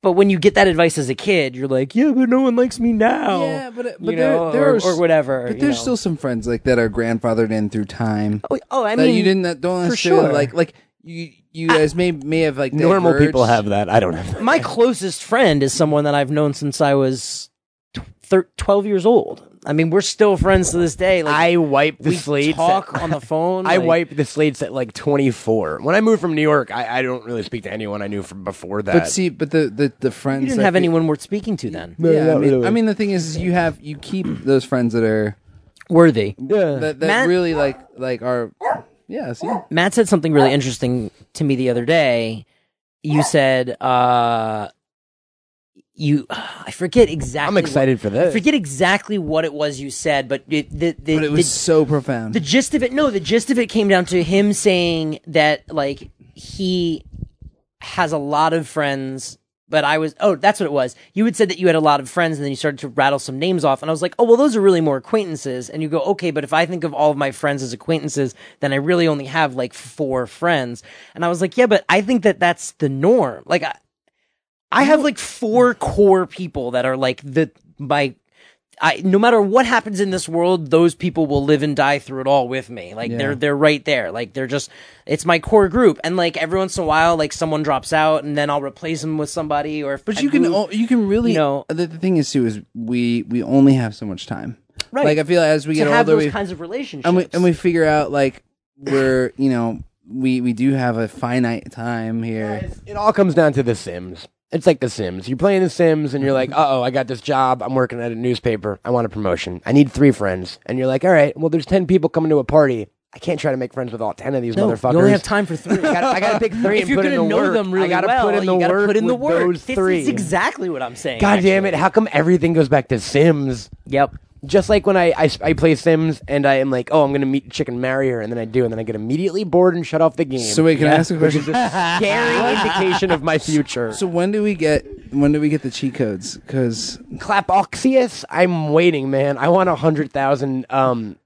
G: But when you get that advice as a kid, you're like, yeah, but no one likes me now.
F: Yeah, but, but
G: you
F: there,
G: know,
F: there
G: or,
F: are s-
G: or whatever.
F: But
G: you
F: there's
G: know.
F: still some friends like that are grandfathered in through time.
G: Oh, oh, I
F: that
G: mean,
F: you didn't that don't
G: for
F: necessarily
G: sure.
F: like like you you guys may may have like
E: Normal
F: diverged.
E: people have that. I don't have that.
G: my closest friend is someone that I've known since I was tw- thir- 12 years old. I mean, we're still friends to this day. Like,
E: I wipe the
G: we
E: slates.
G: talk on the phone.
E: I
G: like-
E: wipe the slates at like 24. When I moved from New York, I, I don't really speak to anyone I knew from before that.
F: But see, but the the the friends
G: You didn't
F: that
G: have
F: pe-
G: anyone worth speaking to then.
F: Yeah, I mean, I mean, the thing is, is you have you keep those friends that are
G: worthy.
F: That, that
G: Matt-
F: really like like our yeah. See,
G: Matt said something really interesting to me the other day. You said uh you I forget exactly
E: I'm excited for
G: what, I
E: this.
G: forget exactly what it was you said, but it, the, the,
F: but it was
G: the,
F: so profound.
G: the gist of it no the gist of it came down to him saying that like he has a lot of friends but i was oh that's what it was you had said that you had a lot of friends and then you started to rattle some names off and i was like oh well those are really more acquaintances and you go okay but if i think of all of my friends as acquaintances then i really only have like four friends and i was like yeah but i think that that's the norm like i, I have like four core people that are like the my I, no matter what happens in this world, those people will live and die through it all with me. Like they're they're right there. Like they're just it's my core group. And like every once in a while, like someone drops out, and then I'll replace them with somebody. Or if
F: But
G: I
F: you can
G: move-
F: o- you can really
G: you know-
F: the, the thing is too is we we only have so much time.
G: Right.
F: Like I feel like as we
G: to
F: get
G: have
F: older,
G: those
F: we
G: kinds of relationships.
F: and we and we figure out like we're you know we we do have a finite time here.
E: It all comes down to The Sims. It's like The Sims. You're playing The Sims and you're like, uh oh, I got this job. I'm working at a newspaper. I want a promotion. I need three friends. And you're like, all right, well, there's 10 people coming to a party. I can't try to make friends with all 10 of these
G: no,
E: motherfuckers.
G: you only have time for three.
E: I gotta, I gotta pick three
G: if
E: and
G: you're
E: put in
G: gonna
E: the
G: know
E: work.
G: them really
E: I gotta
G: well,
E: put in the
G: you gotta
E: work
G: put in the
E: with
G: work.
E: those three.
G: This is exactly what I'm saying.
E: God damn it!
G: actually.
E: How come everything goes back to Sims?
G: Yep.
E: Just like when I, I I play Sims and I am like, oh, I'm gonna meet chick and marry her, and then I do, and then I get immediately bored and shut off the game.
F: So wait, can I ask a question?
E: scary indication of my future.
F: so when do we get when do we get the cheat codes? Because
E: Clapoxius, I'm waiting, man. I want a hundred thousand. Um,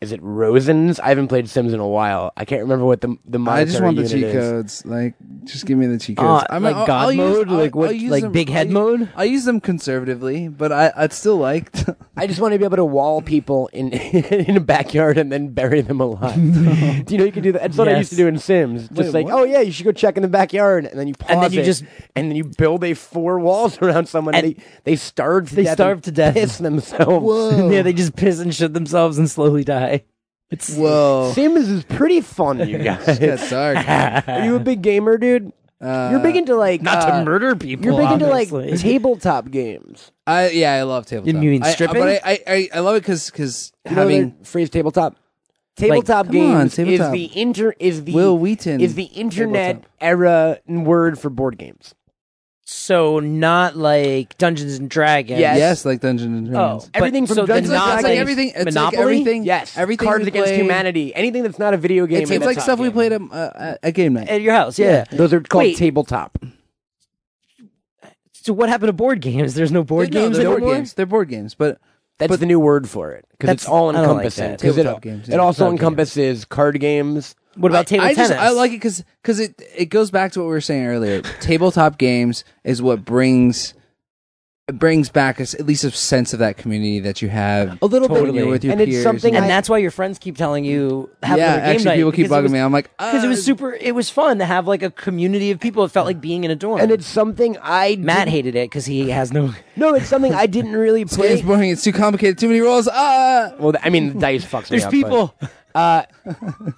E: is it Rosens? I haven't played Sims in a while. I can't remember what the the
F: I just
E: monetary
F: want the
E: unit
F: cheat
E: is.
F: codes. Like, just give me the cheat codes.
G: Uh, like God mode? Like what- like big head
F: I'll-
G: mode?
F: I use them conservatively, but I I'd still like. To,
E: I just want to be able to wall people in in a backyard and then bury them alive. do you know you can do that? That's what I used to do in Sims. Just like, oh yeah, you should go check in the backyard, and then you pause
G: then you
E: it,
G: just-
E: and then you build a four walls around someone. And
G: And-
E: they they starve to
G: They
E: death
G: starve
E: and
G: to death.
E: piss themselves.
G: yeah, they just piss and shit themselves and slowly die. It's
F: whoa,
E: Sims is pretty fun, you
F: that's
E: guys.
F: dark.
E: Are you a big gamer, dude? you're big into like
G: not
E: uh,
G: to murder people.
E: You're big into
G: obviously.
E: like tabletop games.
F: I yeah, I love tabletop.
G: You mean
F: I- I-
G: stripping?
F: but I, I, I, I love it because because
E: You know
F: having
E: the phrase tabletop. Tabletop
F: Come
E: games
F: on, tabletop.
E: is the inter is the
F: Will Wheaton
E: is the internet
F: tabletop.
E: era word for board games.
G: So not like Dungeons and Dragons.
E: Yes.
F: yes, like Dungeons
G: Oh.
F: and Dragons.
G: but-
E: Everything from
G: so the
E: Dungeons
F: It's like, it's like
E: Dragons-
F: everything. It's
G: Monopoly?
F: like everything.
E: Yes,
F: everything.
E: Cards
F: we
E: Against
F: play-
E: Humanity. Anything that's not a video game.
F: It's,
E: is
F: it's
E: a
F: like
E: top
F: stuff we
E: game.
F: played at, uh, at game night.
G: At your house, yeah.
E: Those are called
G: Wait.
E: tabletop.
G: So what happened to board games? There's no board
F: No,
G: games
F: they're board
G: anymore.
F: games. They're board games, but
E: That's
F: But-
E: the new word for it because it's
G: That's-
E: all
G: I don't like
E: encompassing.
G: that.
E: 'Cause
F: Tabletop
E: it,
F: games,
E: it
F: yeah.
E: also
F: Tabletop games.
E: encompasses card games.
G: What about table
F: I
G: tennis?
F: Just, I like it because it it goes back to what we were saying earlier. Tabletop games is what brings it brings back a s at least a sense of that community that you have a
E: little bit.
F: when you're with your
E: And it's
F: peers.
E: something
G: and
E: I-
G: that's why your friends keep telling you have
F: yeah,
G: another game
F: actually,
G: night.
F: people keep
G: because it
F: bugging
G: was-
F: me. I'm like,
G: because it
F: "Ah,
G: was super. It was fun to have like a community of people. It felt like being in a dorm.
E: And it's something I
G: Matt
E: did-
G: hated it because he has no.
E: No, it's something I didn't really play.
F: It's boring. It's too complicated. Too many rules. Ah,
E: Well, th- I mean, the dice fucks me up, but-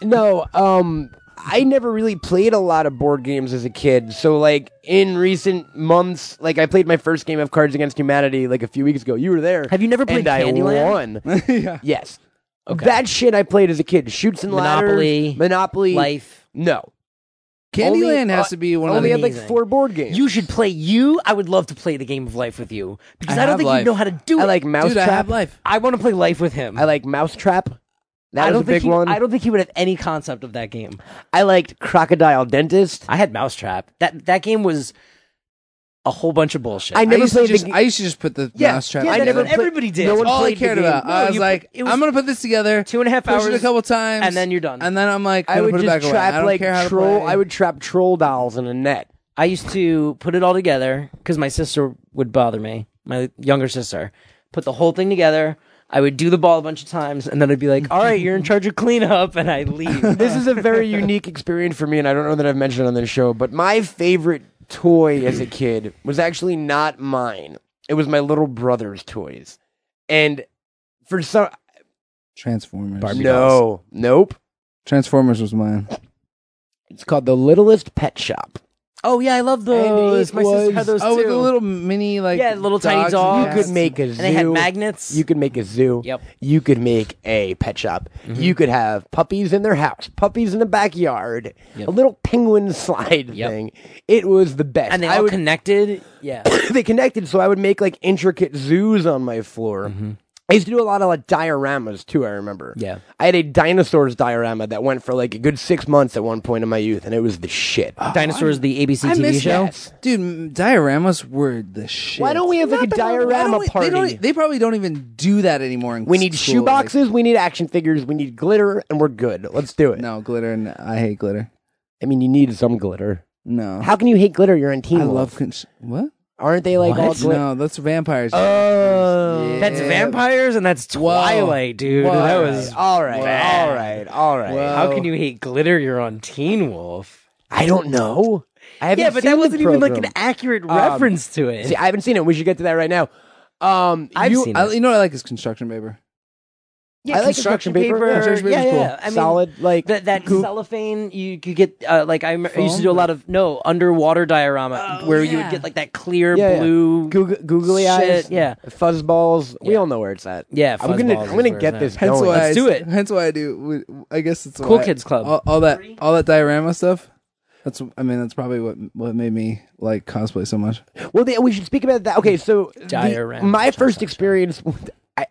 E: no, um, I never really played a lot of board games as a kid. So, like in recent months, like I played my first game of Cards Against Humanity like a few weeks ago. You were there.
G: Have you never played
E: and I
G: Candyland?
E: won.
F: yeah.
E: yes. That shit I played as a kid. Shoots and
G: Monopoly,
E: ladders, Monopoly,
G: life.
E: No,
F: Candyland
E: Only,
F: has
E: uh,
F: to be one of
E: only
F: the.
E: had like
G: amazing.
E: four board games.
G: You should play. You. I would love to play the game of life with you because
F: I
G: I, don't
F: have
G: think
F: life.
G: you know how to do
E: I
G: it.
E: like Mousetrap.
F: Dude, I have life.
G: I want to play life with him.
E: I like Mousetrap. That
G: I
E: was
G: don't
E: a big
G: think he,
E: one.
G: I don't think he would have any concept of that game.
E: I liked Crocodile Dentist.
G: I had Mousetrap. That that game was a whole bunch of bullshit.
E: I
F: I
E: never
F: used, to
E: played
F: just,
E: the.
F: I used to just put the
E: Yeah,
F: mousetrap.
E: yeah,
G: I
E: that's
F: together.
G: never.
E: what played-
G: Everybody did.
E: no one
F: That's all I
E: played the
F: cared
E: game.
F: about.
E: No,
F: I was
G: you
F: like,
G: put- it was
F: I'm gonna put this together.
G: two and a half
F: push it a
G: hours,
F: couple times,
G: and then you're done.
F: And then I'm like,
E: I
F: gonna
E: would
F: put it back
E: just
F: away. I
E: trap
F: don't
E: like
F: care how to
E: troll.
F: play.
E: I would trap troll dolls in a net.
G: I used to put it all together because my sister would bother me, my younger sister. Put the whole thing together. I would do the ball a bunch of times, and then I'd be like, "All right, you're in charge of cleanup," and I leave.
E: This is a very unique experience for me, and I don't know that I've mentioned it on this show, but my favorite toy as a kid was actually not mine. It was my little brother's toys, and for some
F: Transformers.
E: no, nope,
F: Transformers was mine.
E: it's called the Littlest Pet Shop.
G: Oh yeah, I love
E: And
G: those.
E: ate my sister had
G: was-
E: those
F: Oh, with
E: too.
F: the little mini like
G: Yeah, little tiny
F: dogs and
G: dogs.
E: You
F: cats.
E: could make a
G: And
E: zoo.
G: they had magnets.
E: You could make a zoo.
G: Yep. Mm-hmm.
E: You could make a pet shop. You could have puppies in their house, puppies in the backyard, a little penguin slide
G: Yep.
E: thing. It was the best.
G: and they
E: I
G: all
E: would,
G: connected. Yeah.
E: they connected, so I would make like intricate zoos on my floor. I used to do a lot of like dioramas too. I remember.
G: Mm-hmm. Yeah.
E: I had a dinosaurs diorama that went for like a good six months at one point in my youth, and it was the shit.
G: Dinosaurs, the ABC
F: I
G: TV
F: miss
G: show.
E: that.
F: Dude, m- dioramas were the shit.
E: Why don't we have like a
F: Not that- why don't
E: diorama
F: we-
E: party?
F: They, don't- they probably don't even do that anymore. In
E: We need
F: school.
E: shoe boxes, we need action figures, we need glitter, and we're good. Let's do it.
F: Like, no glitter, and I hate glitter.
E: I mean, you need some glitter.
F: No,
E: How can you hate glitter? You're on Team
F: I
E: Wolf.
F: love con- what?
E: Aren't they like all glitter?
F: No, that's vampires.
E: Oh,
G: That's vampires and that's
F: Whoa.
G: Twilight, dude.
F: Whoa.
G: That was.
E: all right,
G: Wow.
E: all right, all right.
F: Wow.
G: How can you hate glitter? You're on Teen Wolf.
E: I don't know. I haven't
G: Yeah, but
E: seen
G: that
E: the
G: wasn't even like an
E: program. Um,
G: accurate reference to it.
E: See, I haven't seen it. We should get to that right now. Um,
G: I've
E: you-
G: seen
F: I, you know what I like is construction paper.
E: I like construction paper. Yeah, construction
G: Yeah,
E: paper's
G: yeah.
E: cool.
G: I mean,
E: Solid, like
G: that that
E: goop.
G: cellophane you could get uh, like I, remember, I used to
F: Foam?
G: do a lot of no underwater diorama
E: Oh,
G: where you would get like that clear
E: Yeah, yeah.
G: blue
E: Goog- googly
G: shit,
E: eyes,
G: yeah.
E: fuzz balls. We all know where it's at.
G: Yeah,
E: I'm gonna,
G: fuzzballs
E: I'm gonna
G: is where
E: get
G: it's
E: this
G: at.
F: Hence
E: going.
F: why
G: Let's
F: I-
G: do it.
F: Hence why I do. I guess it's
G: Cool
F: why-
G: Kids Club.
F: All, all that, all that diorama stuff. That's. I mean, that's probably what what made me like cosplay so much.
E: Well, then we should speak about that. Okay, so the-
G: Diorama
E: my first experience, with- I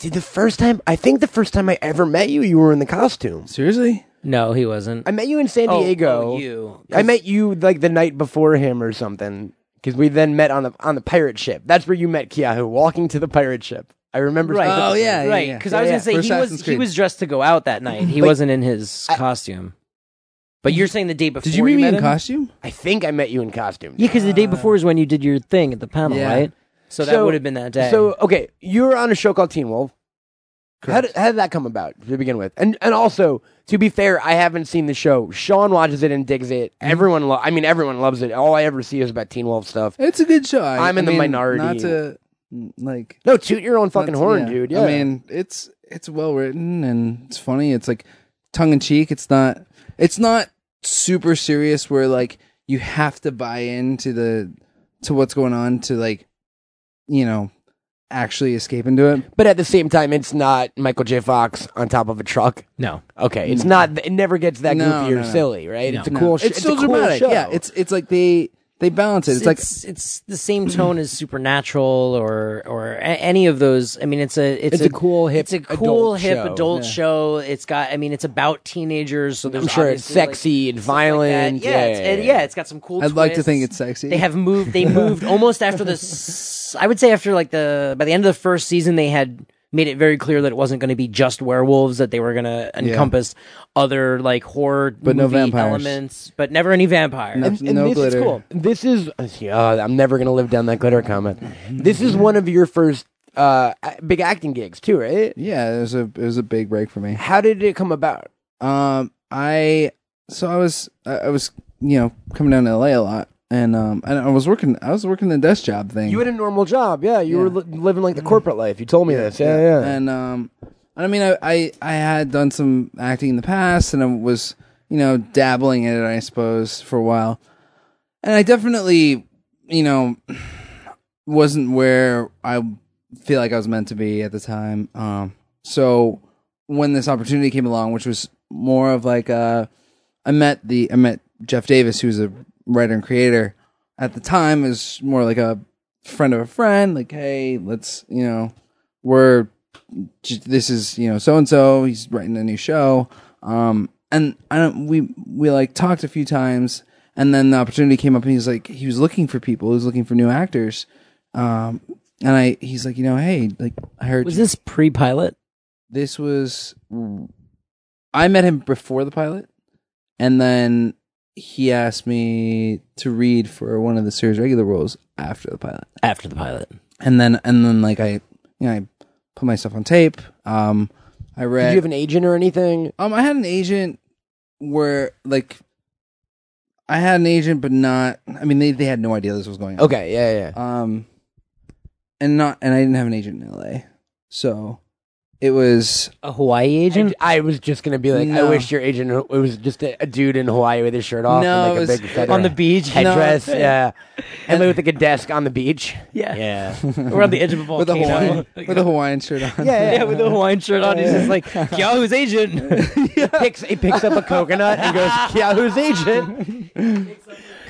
E: did the first time. I think the first time I ever met you, you were in the costume.
F: Seriously?
G: No, he wasn't.
E: I met you in San
G: Oh,
E: Diego.
G: oh, you.
E: I met you like the night before him or something because we then met on the on the pirate ship. That's where you met Kiahu walking to the pirate ship. I remember.
G: Right.
F: Oh
E: specifically.
F: yeah. yeah,
G: right,
F: yeah.
G: because
E: Yeah,
G: I was
E: yeah.
G: gonna say
F: For
G: he
F: Assassin's
G: was he
F: Creed.
G: was dressed to go out that night. He wasn't in his costume. But you're saying the day before
F: Did you meet me
G: met
F: in
G: him?
F: costume?
E: I think I met you in costume.
G: Yeah, because the day before is when you did your thing at the panel,
F: Yeah.
G: right? So, that would have been that day.
E: So okay, you were on a show called Teen Wolf. How did, how did that come about to begin with? And and also to be fair, I haven't seen the show. Sean watches it and digs it. Everyone, lo- I mean, everyone loves it. All I ever see is about Teen Wolf stuff.
F: It's a good show. I,
E: I'm in
F: I
E: the
F: mean,
E: minority.
F: Not to like
E: No, toot your own fucking
F: not to-
E: horn,
F: yeah.
E: dude. Yeah,
F: I mean, it's it's well written and it's funny. It's like tongue in cheek. It's not it's not super serious where like you have to buy into the to what's going on to like you know actually escape into it.
E: but at the same time, it's not Michael J. Fox on top of a truck.
G: no,
E: Okay, it's not. It never gets that
F: No,
E: goofy or
F: no, no.
E: silly, right? It's a
F: No.
E: cool. Sh-
F: it's still
E: a cool
F: dramatic.
E: show.
F: Yeah, it's it's like they they balance it. It's, like
G: it's it's the same tone as Supernatural or or a- any of those. I mean, it's a it's,
E: It's a cool, hip
G: it's a cool
E: adult
G: hip
E: show.
G: adult
F: Yeah.
G: show. It's got I mean, it's about teenagers, so there's
E: I'm sure it's
G: obviously, like,
E: sexy and
G: stuff like that.
E: violent.
G: yeah, it's, and yeah, it's got some cool.
F: I'd like to think
G: twists.
F: it's sexy.
G: They have moved. They moved almost after the. s- I would say after like the by the end of the first season, they had made it very clear that it wasn't going to be just werewolves. That they were going to encompass other like horror, but
F: no vampires.
G: elements, but never any vampire.
E: And, and
F: No
E: this
F: glitter.
E: is cool. This is. Uh, I'm never gonna live down that glitter comment. This is one of your first uh, a- big acting gigs too, right?
F: yeah, it was a it was a big break for me.
E: How did it come about?
F: Um, I so I was I, I was you know coming down to LA a lot, and um, and I was working I was working the desk job thing.
E: You had a normal job, yeah. You were
F: Yeah.
E: li- living like the corporate life. You told me this, yeah, yeah.
F: and um, and I mean I, I I had done some acting in the past, and I was you know dabbling in it, I suppose, for a while, and I definitely you know wasn't where I feel like I was meant to be at the time. Um, so when this opportunity came along, which was more of like uh, I met the I met Jeff Davis, who's a writer and creator at the time, is more like a friend of a friend. Like, hey, let's you know, we're j- this is you know so and so. He's writing a new show, um, and I don't we we like talked a few times, and then the opportunity came up, and he's like he was looking for people, he was looking for new actors, um, and I he's like you know hey like I heard
G: Was this pre-pilot?
F: this was I met him before the pilot, and then he asked me to read for one of the series regular roles after the pilot.
G: After the pilot,
F: And then and then like I you know, I put myself on tape. Um I read
E: Did you have an agent or anything?
F: um, I had an agent where like I had an agent, but not. I mean, they they had no idea this was going on.
E: Okay, yeah, yeah.
F: Um, and not and I didn't have an agent in L.A. So It was
G: A Hawaii agent?
E: And I was just gonna be like,
F: No.
E: I wish your agent. It was just a, a dude in Hawaii with his shirt off
F: No,
E: and like
F: it was-
E: a big feather
G: on the beach?
E: headdress, yeah, and like, with like a desk on the beach.
G: Yeah.
E: yeah.
G: We're on the edge of a
F: with a
G: volcano.
F: Hawaiian with a Hawaiian shirt on.
G: yeah, yeah, with the Hawaiian shirt on. He's just like, Yahoo's agent.
E: picks he picks up a coconut and goes, Yahoo's agent.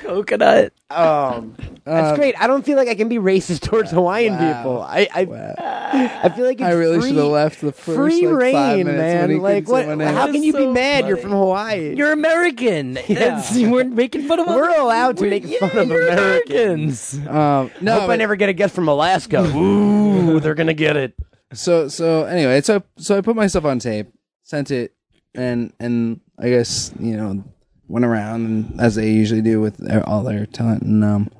G: Coconut.
E: Um, that's great. I don't feel like I can be racist towards Hawaiian
F: uh, Wow.
E: people. I I, I feel like it's
F: I really
E: free-
F: should have left the first
E: free
F: like,
E: reign,
F: five minutes When he
E: man. Like
F: couldn't
E: what?
F: say my name.
E: How can
G: That's
E: you be
G: so
E: mad? You're
G: funny.
E: from Hawaii.
G: You're American. That's- We're making fun of
E: We're allowed to make
G: Yeah,
E: fun of
G: you're
E: Americans.
G: Americans.
F: Um, no,
E: Hope I
F: but-
E: never get a guest from Alaska. Ooh, they're gonna get it.
F: So so anyway, so so I put myself on tape, sent it, and and I guess you know went around and, as they usually do with their, all their talent, and um,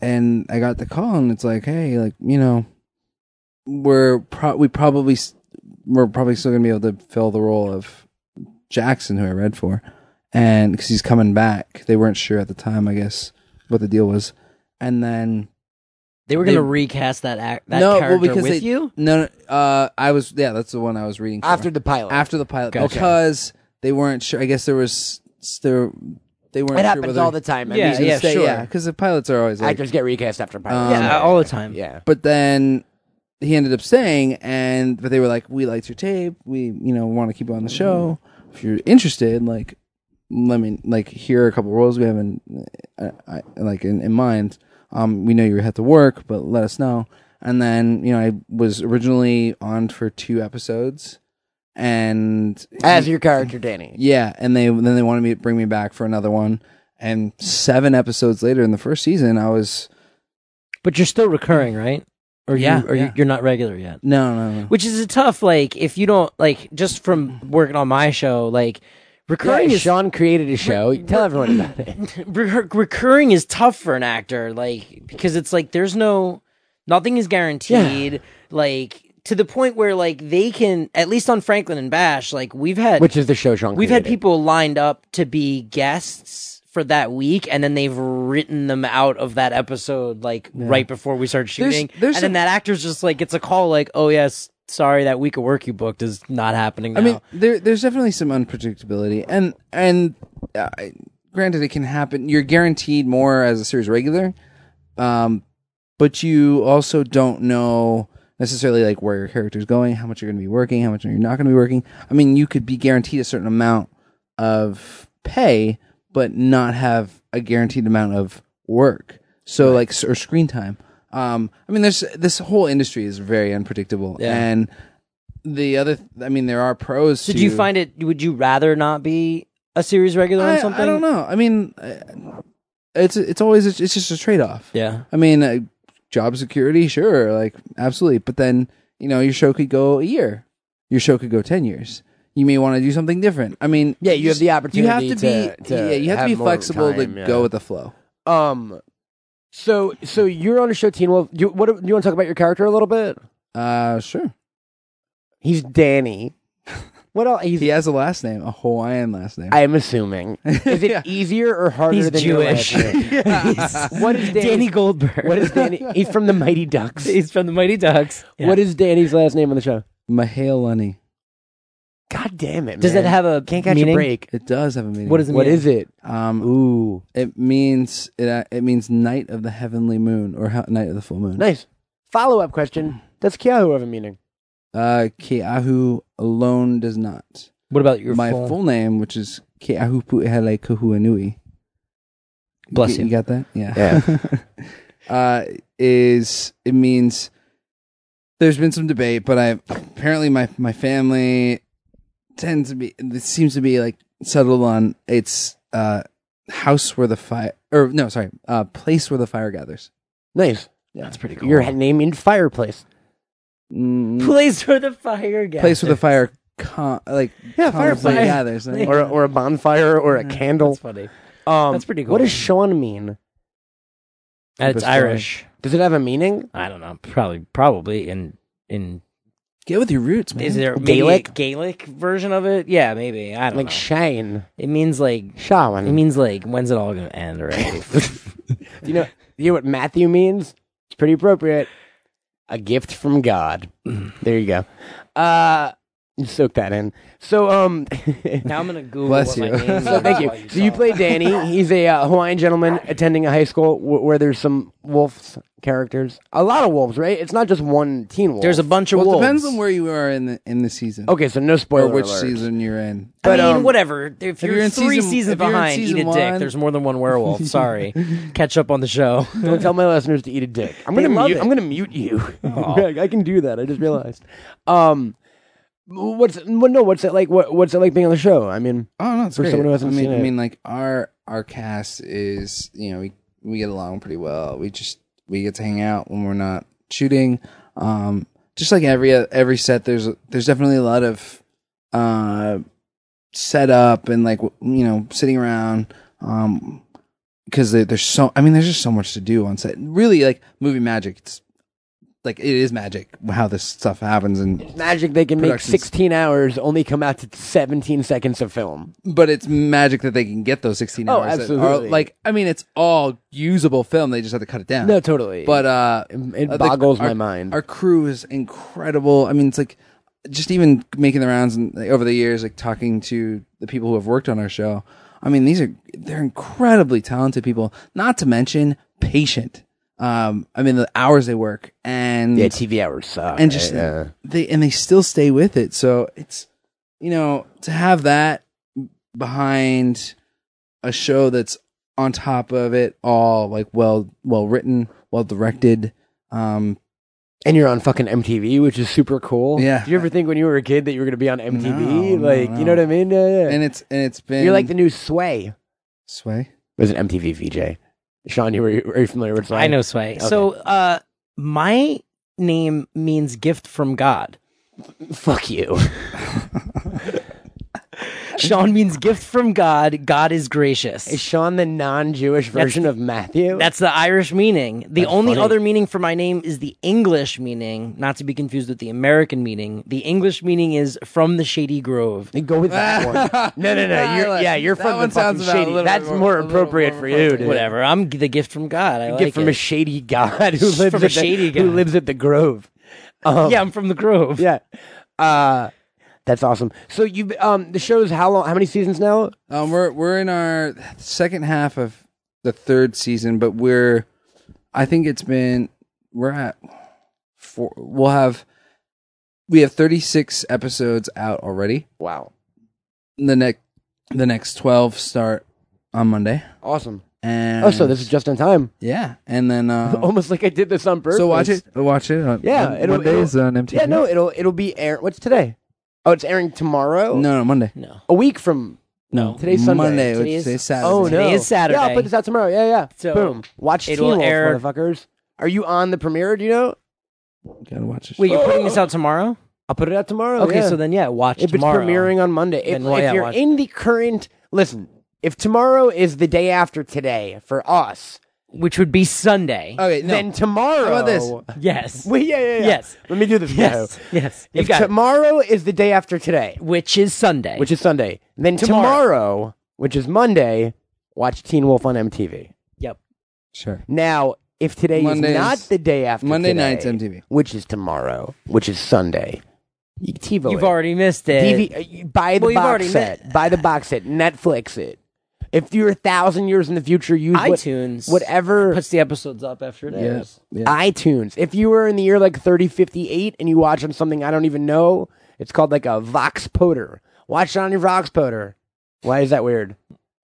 F: and I got the call, and it's like, hey, like you know, we're pro- we probably s- we're probably still gonna be able to fill the role of Jackson, who I read for, and because he's coming back, they weren't sure at the time, I guess, what the deal was, and then
G: They were going to
F: They-
G: recast that act, that
F: well,
G: character with
F: they-
G: you.
F: No, no, uh, I was yeah, that's the one I was reading for.
E: After the pilot,
F: after the pilot
G: Gotcha.
F: because they weren't sure. I guess there was s- there they weren't.
E: it
F: sure
E: happens
F: whether
E: all the time.
G: Yeah,
E: Yeah,
F: he was gonna
G: yeah,
F: stay,
G: sure.
F: yeah, because the pilots are always like.
E: actors get recast after
F: Um,
E: pilot.
G: yeah, all the time.
E: yeah.
F: But then he ended up staying, and but they were like, "We liked your tape. We you know want to keep you on the show. If you're interested, like let me like here are a couple roles we have in I, I, like in, in mind. Um, we know you have to work, but let us know." And then you know I was originally on for two episodes, and
E: As your character, Danny.
F: yeah, and they then they wanted me to bring me back for another one. And seven episodes later in the first season, I was
G: But you're still recurring, right? Or
F: Yeah,
G: you, or
F: yeah.
G: you're not regular yet.
F: no, no, no.
G: Which is a tough, like, if you don't, like, just from working on my show, like, recurring
E: Yeah,
G: is
E: Sean created a show. Tell everyone about it.
G: Recur recurring is tough for an actor, like because it's like there's no nothing is guaranteed, like to the point where like they can at least on Franklin and Bash, like we've had
E: Which is the show Sean.
G: we've had
E: created.
G: people lined up to be guests for that week, and then they've written them out of that episode like right before we start shooting,
F: there's
G: and then
F: some-
G: that actor's just like gets a call like, oh yes. Sorry, that week of work you booked is not happening. Now.
F: I mean, there there's definitely some unpredictability, and and uh, I- granted, it can happen. You're guaranteed more as a series regular, um, but you also don't know necessarily like where your character's going, how much you're going to be working, how much you're not going to be working. I mean, you could be guaranteed a certain amount of pay, but not have a guaranteed amount of work. So like s- or screen time. Um, I mean, there's this whole industry is very unpredictable, and the other. th- I mean, there are pros.
G: did
F: to,
G: you find it? Would you rather not be a series regular
F: I,
G: on something?
F: I don't know. I mean, I- it's it's always it's just a trade off.
G: Yeah.
F: I mean, uh, job security, sure, like absolutely. But then you know, your show could go a year. Your show could go ten years. You may want to do something different. I mean,
E: Yeah, you have the
F: you have to,
E: opportunity to,
F: be
E: to
F: yeah, you have, to be
E: more
F: flexible
E: time,
F: to
E: yeah.
F: go with the flow.
E: Um, so so you're on a show, Teen Wolf. You, what do you want to talk about your character a little bit?
F: Uh, sure.
E: He's Danny. What else? He's,
F: He has a last name, a Hawaiian last name.
E: I'm assuming. Is it e-
F: Yeah.
E: easier or harder
G: He's
E: than
G: Jewish.
E: Your last name? What is Danny-
G: Danny Goldberg?
E: What is Danny? He's from the Mighty Ducks.
G: He's from the Mighty Ducks.
E: What is Danny's last name on the show?
F: Mahale Lunny.
E: God damn it!
G: Does
E: man.
G: it have a
E: Can't catch
G: meaning?
E: a break.
F: It does have a meaning.
G: What is it
E: What
G: mean?
E: is it?
F: Um,
E: Ooh,
F: It means it. uh, It means night of the heavenly moon or he- night of the full moon.
E: nice. Follow up question. Does Kiahu have a meaning?
F: Uh, Keahu alone does not.
G: What about your
F: My
G: full?
F: full name, which is Keahu Pu'ehele Kahuanui.
G: Bless
F: you.
G: you.
F: You got that? Yeah. uh, is it means there's been some debate, but I apparently my my family tends to be it seems to be like settled on its uh house where the fire or no sorry uh place where the fire gathers.
E: Nice.
F: That's
E: pretty cool. Your name in fireplace.
F: Mm,
G: Place for the fire guy.
F: place where the fire con- like
E: Yeah,
F: comes and
E: fire-
F: gathers.
G: Like-
E: or a, or a bonfire or a candle.
G: That's funny.
E: um,
G: that's pretty
E: What
G: cool.
E: does Sean mean?
G: And it's
F: Pastrami.
G: Irish.
E: Does it have a meaning?
G: I don't know. Probably, probably in in
F: Get with your roots, man.
G: is there maybe
E: Gaelic?
G: a Gaelic version of it? Yeah, maybe. I don't
E: Like
G: know.
E: shine,
G: it means like
E: Shawan.
G: it means like when's it all gonna end? Right?
E: you know, you know what Matthew
G: Mm.
E: means? It's pretty appropriate. A gift from God. There you go. Uh, you soak that in. So, um,
G: Now I'm gonna Google
F: Bless
G: what
F: you.
G: my name
E: so
G: is.
E: thank you. So you play Danny. He's a uh, Hawaiian gentleman attending a high school w- where there's some wolves characters. A lot of wolves, right? It's not just one teen wolf.
G: There's a bunch of
F: Well, it
G: wolves.
F: depends on where you are in the in the season.
E: okay, so no spoiler.
F: Or which
E: alert.
F: season you're in.
G: I
E: But,
G: mean,
E: um,
G: whatever. If you're,
F: you're in
G: three
F: season-
G: seasons
F: if you're in
G: beline,
F: season
G: eat a
F: one-
G: dick. There's more than one werewolf. Sorry, catch up on the show.
E: Don't tell my listeners to eat a dick. I'm
G: They
E: gonna
G: love
E: mute.
G: it.
E: I'm gonna mute you. I can do that. I just realized. Um, what's what, no? What's it like? What, what's it like being on the show? I mean,
F: Oh no, it's
E: For
F: great.
E: someone who hasn't
F: I mean,
E: seen
F: I
E: it.
F: mean, like our our cast is you know we we get along pretty well. We just we get to hang out when we're not shooting. Um, just like every every set, there's there's definitely a lot of uh setup and like w- you know sitting around. Um, because there, there's so I mean, there's just so much to do on set. Really, like movie magic. It's like it is magic how this stuff happens and
E: magic. They can make
F: Productions.
E: 16 hours only come out to 17 seconds of film.
F: but it's magic that they can get those 16
E: Oh,
F: hours. that
E: absolutely.
F: Are, like, I mean, it's all usable film. They just have to cut it down.
E: No, totally.
F: But, uh,
E: It- it
F: uh, the-
E: boggles
F: our-
E: my mind.
F: Our crew is incredible. I mean, it's like just even making the rounds and like, over the years, like talking to the people who have worked on our show. I mean, these are, they're incredibly talented people, not to mention patient. Um, I mean, the hours they work and
E: yeah, TV hours suck. Uh,
F: and just
E: yeah.
F: they and they still stay with it. So it's you know to have that behind a show that's on top of it all, like well well written, well directed. Um,
E: and you're on fucking MTV, which is super cool.
F: Yeah.
E: Did you ever think when you were a kid that you were gonna be on MTV?
F: No,
E: like,
F: no,
E: you know what I mean? Yeah, yeah.
F: and it's and it's been
E: you're like the new Sway.
F: sway.
E: Was an MTV VJ. Sean, you were, were you familiar with Sway?
G: I know Sway. So, uh, my name means gift from God.
E: Fuck you.
G: Sean means gift from God. God is
E: Is
G: gracious.
E: Sean the non-Jewish version of Matthew?
G: That's the Irish meaning. The only
E: funny.
G: other meaning for my name is the English meaning, not to be confused with the American meaning. The English meaning is from the shady grove.
E: Then Go with that one. No, no, no. You're, yeah, you're
F: That
E: from
F: one
E: the fucking
F: sounds about a
E: shady.
F: little
E: That's
F: bit more-
E: more
F: a little
E: appropriate
F: more
E: for you, dude.
F: appropriate.
G: Whatever. I'm the gift from God. I
E: Gift
G: like
E: from
G: it.
E: a shady god who lives
G: From a
E: at
G: shady
E: the, who
G: god.
E: lives at the Grove. Um,
G: yeah, I'm from the grove.
E: yeah. Uh, that's awesome. So you um the show's how long? How many seasons now?
F: Um, we're we're in our second half of the third season, but we're I think it's been we're at four. We'll have we have thirty six episodes out already.
E: Wow,
F: the next the next 12 start on monday
E: awesome.
F: and
E: Oh, so this is just in time.
F: yeah and then um,
E: Almost like I did this on purpose.
F: so watch it watch it on,
E: Yeah,
F: on
E: it'll-
F: monday is on mtv
E: Yeah, no, it'll it'll be air. What's today? Oh, it's airing tomorrow.
F: no no monday
G: No.
E: a week from
G: No.
E: today's Sunday.
F: monday
G: Today
F: which
G: is-
F: is saturday
E: Oh no!
G: Today is Saturday.
E: Yeah, I'll put this out tomorrow. Yeah, yeah.
G: So,
E: Boom. Watch Teen
G: it'll
E: Wolf,
G: air-
E: motherfuckers. Are you on the premiere? Do you know?
F: gotta watch it
G: Wait, you're putting this out tomorrow?
E: I'll put it out
F: Oh,
E: tomorrow.
G: Okay,
E: yeah.
G: so then yeah, watch
E: if
G: tomorrow.
E: it's premiering on Monday, if,
G: Then, well,
E: if
G: yeah,
E: you're
G: watch-
E: in the current, listen. If tomorrow is the day after today for us,
G: which would be Sunday.
F: okay no.
E: then tomorrow.
F: about this?
G: yes.
E: Wait, yeah, yeah, yeah.
G: Yes.
E: Let me do this.
G: yes.
E: now.
G: Yes. You
E: If
G: got it.
E: tomorrow is the day after today,
G: which is Sunday.
E: which is Sunday, then tomorrow, which is Monday, watch Teen Wolf on MTV.
G: yep.
F: sure
E: Now, if today
F: Monday's-
E: is not the day after
F: monday
E: today,
F: night's mtv
E: which is tomorrow, which is Sunday, you TiVo
G: You've
E: it.
G: already missed it.
E: TV, uh, you buy the
G: Well, you've
E: box
G: already
E: set. buy the box set. Netflix it. If you're a thousand years in the future, use what-
G: iTunes.
E: whatever
G: puts the episodes up after it
F: yeah,
G: airs.
F: yeah.
E: iTunes. If you were in the year like 3058 and you watch on something I don't even know, it's called like a Vox Poder. Watch it on your Vox Poder. Why is that weird?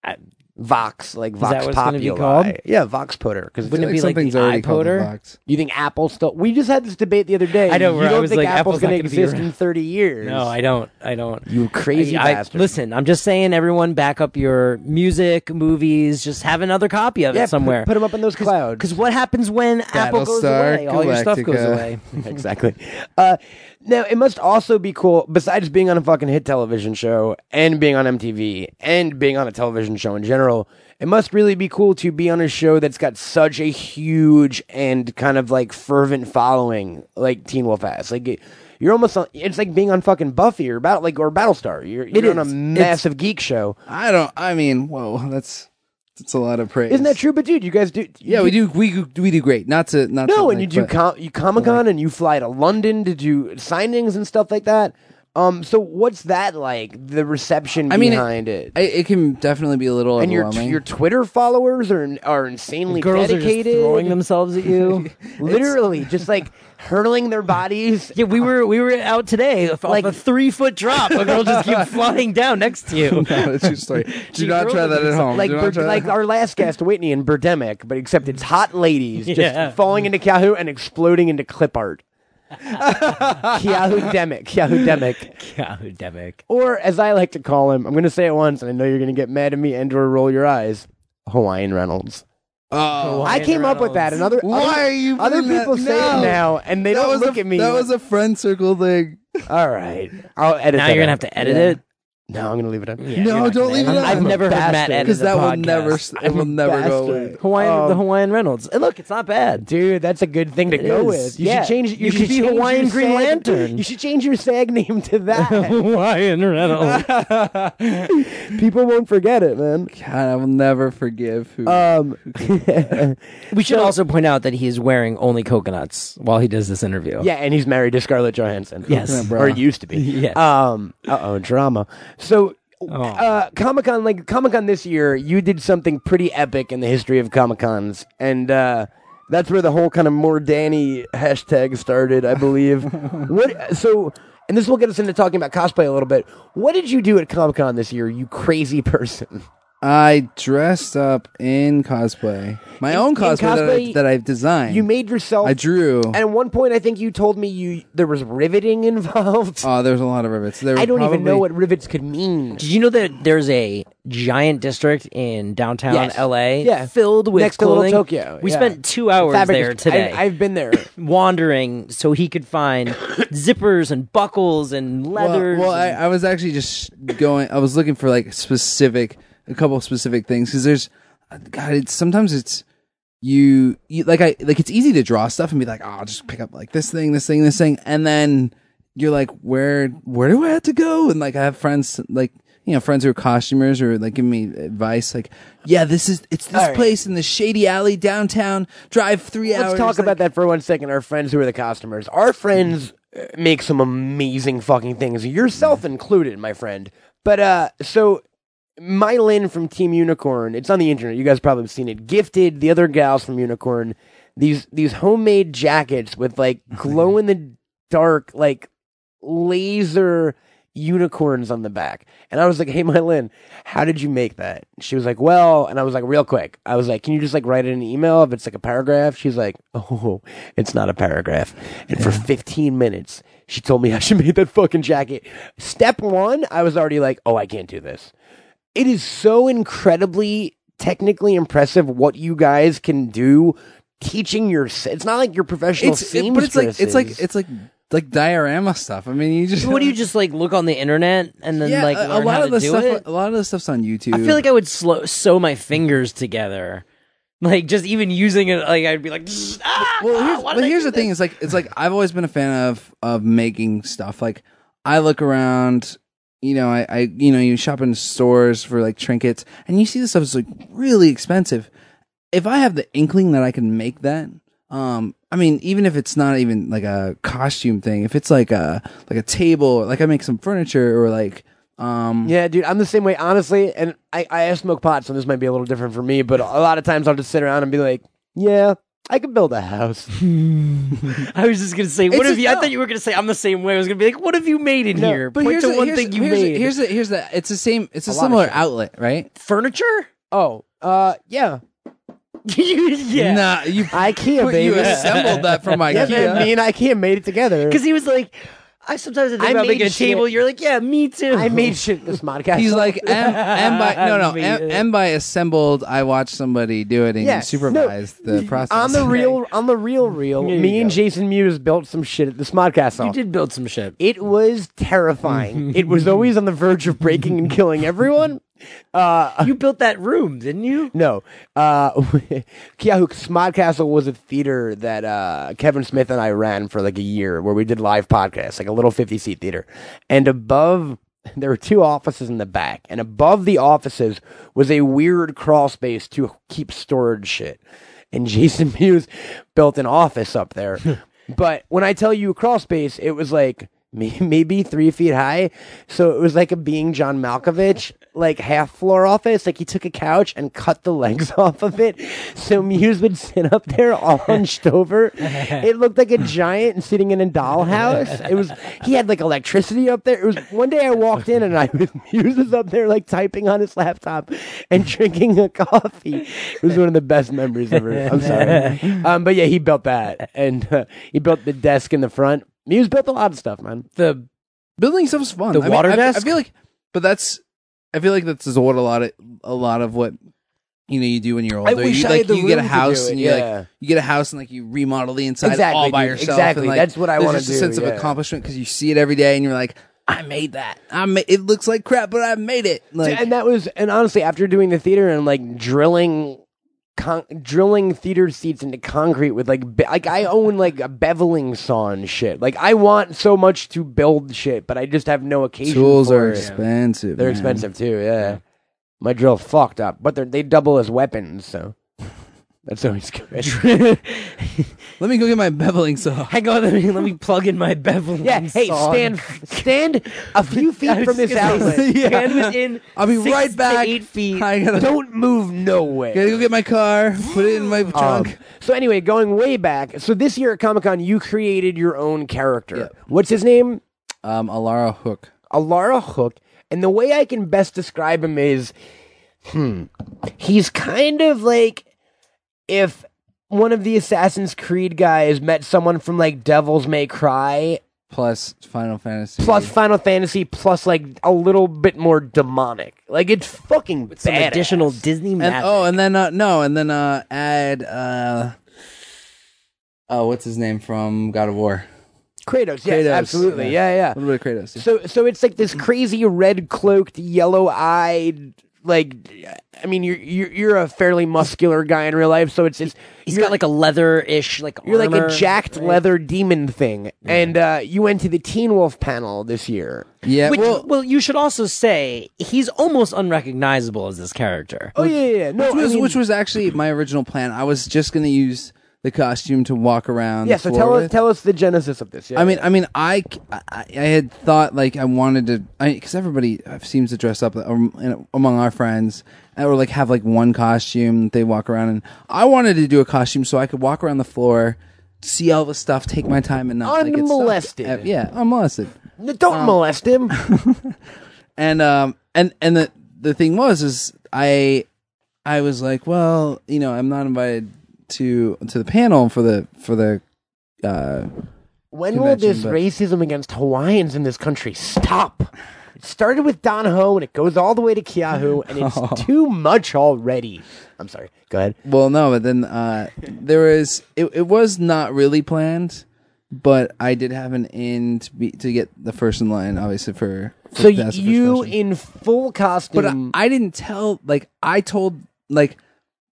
G: I-
E: Vox, like Vox
G: that what it's gonna be
E: Populi.
G: called?
E: Yeah, Vox Poder. Because
G: Wouldn't it be like
F: something's
G: the
F: already called the
G: iPoder?
F: box.
E: you think Apple still? We just had this debate the other day.
G: I know,
E: You
G: where I
E: don't
G: was
E: think
G: like,
E: Apple's
G: Apple's not
E: going to
G: gonna be
E: exist
G: around.
E: in 30 years?
G: No, I don't. I don't.
E: You crazy
G: I- I-
E: bastard.
G: listen, I'm just saying, everyone, back up your music, movies. Just have another copy of
E: yeah,
G: it somewhere.
E: Put, them up in those clouds.
G: Because what happens when Apple goes
F: Battlestar
G: away? All your stuff goes
F: Galactica.
G: away.
E: exactly. Uh, now, it must also be cool, besides being on a fucking hit television show and being on MTV and being on a television show in general, it must really be cool to be on a show that's got such a huge and kind of like fervent following like Teen Wolf has. Like, it- you're almost on, it's like being on fucking Buffy or Battle, like, or Battlestar. You're, you're on a
F: is.
E: massive geek show.
F: i don't i mean whoa that's It's a lot of praise.
E: Isn't that true? But dude, you guys do.
F: Yeah, we do. We do- we do great. Not to not To,
E: No, and you
F: like,
E: do
F: but-
E: com- you Comic Con and you fly to London to do signings and stuff like that. Um, so what's that like? The reception
F: I mean, it-
E: behind it,
F: I, it can definitely be a little
E: and your
F: overwhelming.
E: your Twitter followers are are insanely
G: Girls are
E: dedicated,
G: just throwing themselves at you.
E: literally just like hurling their bodies.
G: Yeah, we were we were out today off
E: Like-
G: like, a three foot drop. A girl just kept flying down next to you.
F: no, that's your story. Do not try that at home.
E: Like
F: do not
E: Bur-
F: try that-
E: like our last guest Whitney in Birdemic, but except it's hot ladies just
G: Yeah.
E: falling into Yahoo and exploding into clip art. Yahoo demic, Yahoo demic.
G: Yeah, Demic.
E: or as I like to call him, I'm going to say it once, and I know you're going to get mad at me and/or roll your eyes. Hawaiian Reynolds.
F: oh,
E: I came up with that, and other
F: Why
E: other,
F: are you
E: other
F: putting that-
E: people say
F: No.
E: it now, and they
F: that
E: don't
F: was
E: look
F: a,
E: at me.
F: That
E: like,
F: was a friend circle thing.
E: All right, I'll edit.
G: Now
E: that
G: you're gonna
E: out.
G: have to edit it.
E: No, I'm going to leave it up.
G: Yeah,
F: No,
G: you're not
F: don't
G: gonna
F: leave it
G: edit
F: up.
G: I've
F: I'm a
G: never heard
E: bastard.
G: Matt edit
F: Because
G: the
F: that will
G: podcast.
F: never, it will never go
E: bastard.
F: away.
G: Hawaiian
E: Um,
G: the Hawaiian Reynolds. And look, it's not bad.
E: Dude, that's a good thing to
G: It
E: go
G: is.
E: with. You
G: Yeah.
E: should change. You,
G: You
E: should,
G: should be
E: change your
G: Hawaiian Green
E: SAG
G: Lantern.
E: You should change your SAG name to that.
A: Hawaiian Reynolds.
E: People won't forget it, man.
F: God, I will never forgive who.
E: Um,
G: We should also point out that he is wearing only coconuts while he does this interview.
E: yeah, and he's married to Scarlett Johansson.
G: Yes.
E: or used to be.
G: Yes.
E: Um. Uh oh, drama. So,
F: Oh.
E: uh, Comic Con, like Comic Con this year, you did something pretty epic in the history of Comic Cons, and uh, that's where the whole kind of more Danny hashtag started, I believe. what? So, and this will get us into talking about cosplay a little bit. What did you do at Comic Con this year, you crazy person?
F: I dressed up in cosplay, my own
E: in
F: cosplay,
E: cosplay,
F: that, I, that I've designed.
E: You made yourself.
F: I drew.
E: And at one point, I think you told me you there was riveting involved.
F: Oh, there's a lot of rivets. There
E: I
F: were
E: don't even
F: probably-
E: know what rivets could mean.
G: Did you know that there's a giant district in downtown
E: Yes.
G: LA
E: Yeah.
G: filled with
E: Next to Little
G: clothing?
E: Tokyo,
G: We
E: yeah.
G: spent two hours
E: Fabric
G: there
E: is-
G: today.
E: I, I've been there.
G: wandering so he could find zippers and buckles and
F: Well,
G: leathers.
F: well I,
G: and-
F: I was actually just going. I was looking for like specific, a couple specific things because there's, uh, God, it's sometimes it's you, you like I like it's easy to draw stuff and be like, oh, I'll just pick up like this thing, this thing, this thing, and then you're like, where where do I have to go? And like I have friends like. You know, friends who are costumers or like giving me advice, like, yeah, this is it's this place in the shady alley downtown. Drive three hours.
E: Let's talk
F: like-
E: about that for one second. Our friends who are the costumers. Our friends uh, make some amazing fucking things,
G: Mm-hmm.
E: yourself included, my friend. But uh, so my Lynn from Team Unicorn, it's on the internet. You guys probably have seen it. Gifted the other gals from Unicorn these these homemade jackets with like glow in the dark like laser unicorns on the back. And I was like, hey, Mylin, how did you make that? She was like, well, and I was like, real quick. I was like, can you just like write it in an email if it's like a paragraph? She's like, oh, it's not a paragraph. And for 15 minutes, she told me how she made that fucking jacket. Step one, I was already like, oh, I can't do this. It is so incredibly technically impressive what you guys can do teaching your it's not like your professional
F: it's it- but it's like it's like
E: seamstresses.
F: it's like like diorama stuff. I mean, you just
G: what do you just like look on the internet and then like
F: a, a
G: learn how
F: lot
G: to
F: of the
G: do
F: stuff.
G: it?
F: A lot of the stuff's on YouTube.
G: I feel like I would slow sew my fingers together. Like just even using it, like I'd be like, ah,
F: well, here's,
G: ah, why
F: well,
G: did I
F: here's
G: do
F: the thing:
G: this?"
F: is like it's like I've always been a fan of of making stuff. Like I look around, you know, I, I you know, you shop in stores for like trinkets, and you see the stuff is like really expensive. If I have the inkling that I can make that, um, I mean, even if it's not even like a costume thing, if it's like a like a table, like I make some furniture or like um,
E: Yeah, dude, I'm the same way, honestly. And I, I smoke pot, so this might be a little different for me, but a lot of times I'll just sit around and be like, yeah, I could build a house.
G: I was just gonna say, what
F: It's
G: have
F: just-
G: you? I
F: no.
G: thought you were gonna say I'm the same way. I was gonna be like, what have you made in here?
F: But
G: Point
F: here's
G: to
F: the-
G: one
F: here's
G: thing
F: the-
G: you
F: here's the-
G: made.
F: here's the here's the it's the same it's a,
E: lot of
F: similar
E: shit.
F: outlet, right?
G: furniture.
E: Oh, uh, yeah.
G: yeah.
F: Nah, you
E: IKEA,
F: put- you
E: baby.
F: assembled that from
E: Yeah, man,
F: IKEA.
E: me and IKEA made it together.
G: Because he was like, I sometimes I think
E: I
G: about
E: made
G: making a
E: shit.
G: table. You're like, yeah, me too.
E: I made shit this podcast.
F: He's like M, M by no no
G: Me
F: M,
G: too.
F: M by assembled. I watched somebody do it and
E: Yeah,
F: you supervised
E: no,
F: the process.
E: on the real, on the real, real.
G: There
E: me
G: you
E: and
G: go.
E: Jason Mewes built some shit at this podcast.
G: You did build some shit.
E: It was terrifying. it was always on the verge of breaking and killing everyone.
G: You built that room, didn't you?
E: No. Uh, Kiahook Smodcastle was a theater that uh, Kevin Smith and I ran for like a year where we did live podcasts, like a little 50 seat theater. And above there were two offices in the back, and above the offices was a weird crawl space to keep storage shit. And Jason Mewes built an office up there. but when I tell you crawl space, it was like may- maybe three feet high. So it was like a being John Malkovich, like half floor office. Like he took a couch and cut the legs off of it. So Muse would sit up there all hunched over. It looked like a giant sitting in a dollhouse. It was he had like electricity up there. It was one day I walked in and I was Muse was up there like typing on his laptop and drinking a coffee. It was one of the best memories ever. I'm sorry. Um, but yeah, he built that and uh, he built the desk in the front. Muse built a lot of stuff, man.
G: The
F: building stuff's fun.
G: The
F: I mean,
G: water
F: I- I,
G: desk?
F: feel like, but that's, I feel like that's what a lot of a lot of what you know you do when you're older.
E: wish
F: you,
E: I
F: like
E: had the
F: you get a
E: room to
F: house
E: do
F: and
E: it,
F: you
E: yeah.
F: like you get a house and like you remodel the inside
E: Exactly,
F: all by
E: dude.
F: yourself.
E: Exactly.
F: and, like,
E: That's what I
F: there's
E: wanna
F: just
E: do,
F: A sense
E: yeah.
F: of accomplishment because you see it every day and you're like, I made that. I ma- it looks like crap, but I made it. Like
E: and that was and honestly after doing the theater and like drilling con- drilling theater seats into concrete with like be- like I own like a beveling saw and shit. Like I want so much to build shit, but I just have no occasion.
F: tools
E: for
F: are
E: it.
F: expensive.
E: They're
F: man.
E: expensive too. Yeah. my drill fucked up, but they they double as weapons, so that's always good.
F: Let me go get my beveling saw.
G: hang on, let me let me plug in my bevel.
E: yeah, hey, stand stand a few feet from this outlet.
F: Yeah.
G: Stand within
F: I'll be
G: six
F: right back.
G: To eight feet.
F: I gotta,
E: Don't move nowhere.
F: gotta go get my car. Put it in my trunk.
E: Um, so anyway, going way back, so this year at Comic Con, you created your own character. What's his name?
F: Um, Alara Hook.
E: Alara Hook. And the way I can best describe him is, hmm, he's kind of like if one of the Assassin's Creed guys met someone from like Devils May Cry
F: plus Final Fantasy.
E: plus Final Fantasy plus like a little bit more demonic. Like it's fucking
G: Some
E: badass.
G: additional Disney
F: and,
G: magic.
F: oh, and then uh, no, and then uh, add uh, oh, what's his name from God of War?
E: Kratos. Yes,
F: Kratos,
E: absolutely. yeah. yeah.
F: A little bit of Kratos.
E: So so it's like this crazy red cloaked, yellow eyed. Like, I mean, you're, you're you're a fairly muscular guy in real life, so it's it's
G: He's
E: you're-
G: got like a leather-ish like
E: you're like a
G: armor,
E: jacked
G: right?
E: leather demon thing, and uh, you went to the Teen Wolf panel this year.
F: yeah,
G: Which, well,
F: well,
G: you should also say he's almost unrecognizable as this character.
E: Oh yeah, yeah, yeah. no,
F: which was,
E: I mean-
F: which was actually my original plan. I was just gonna use the costume to walk around.
E: yeah.
F: the
E: So
F: floor
E: tell
F: with.
E: us tell us the genesis of this. Yeah,
F: I mean, I mean, I, I, I had thought like I wanted to, because everybody seems to dress up um, in- among our friends, uh, or like have like one costume that they walk around. And I wanted to do a costume so I could walk around the floor, see all the stuff, take my time, and not like,
E: Unmolested.
F: Like, yeah, unmolested.
E: yeah. don't molest him.
F: And um, and and the the thing was is I, I was like, well, you know, I'm not invited to to the panel for the for the. Uh,
E: When will this
F: convention, but-
E: racism against Hawaiians in this country stop? It started with Don Ho and it goes all the way to Kiahu, and it's too much already. I'm sorry. Go ahead.
F: Well, no, but then uh, there is it, it was not really planned, but I did have an in to be to get the first in line, obviously for.
E: So
F: for to ask the first
E: you
F: question.
E: in full
F: but
E: costume,
F: I, I didn't tell like I told like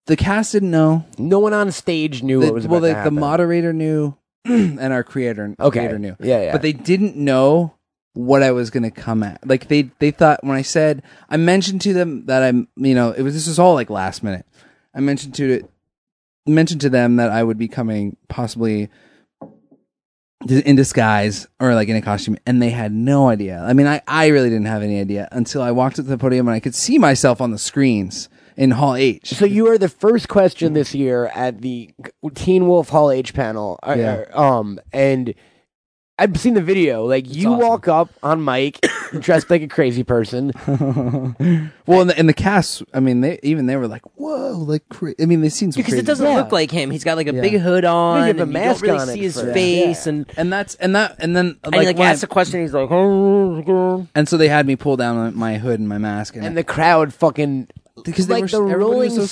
F: the cast didn't know.
E: no one on stage knew
F: The-
E: what was
F: well,
E: about to
F: like the
E: happen.
F: moderator knew, and our creator
E: Okay.
F: creator knew.
E: Yeah, yeah.
F: But they didn't know what I was gonna come at. Like they they thought when I said I mentioned to them that I'm you know it was this was all like last minute. I mentioned to it mentioned to them that I would be coming possibly in disguise or like in a costume and they had no idea i mean i, I really didn't have any idea until i walked up to the podium and i could see myself on the screens in hall h
E: So you are the first question this year at the Teen Wolf Hall H panel. uh,
F: Yeah.
E: uh, um, and I've seen the video. Like you
F: awesome.
E: walk up on mic, dressed like a crazy person.
F: Well, and the, and the cast, I mean, they even they were like, "Whoa!" Like, cra- I mean, they seem some
G: Because it
F: crazy-
G: doesn't look like him. He's got like a big hood on.
E: have a
G: and
E: mask
G: you don't
E: on
G: really
E: it
G: see his
E: for-
G: face, and
F: And that's and that and then like,
G: and he like
F: when I-
G: asks a question. He's like, "Oh,
F: and so they had me pull down my, my hood and my mask and,
E: and the crowd fucking
F: Because they
E: like
F: were-
E: the
F: everybody was
E: Rolling
F: so
E: Stones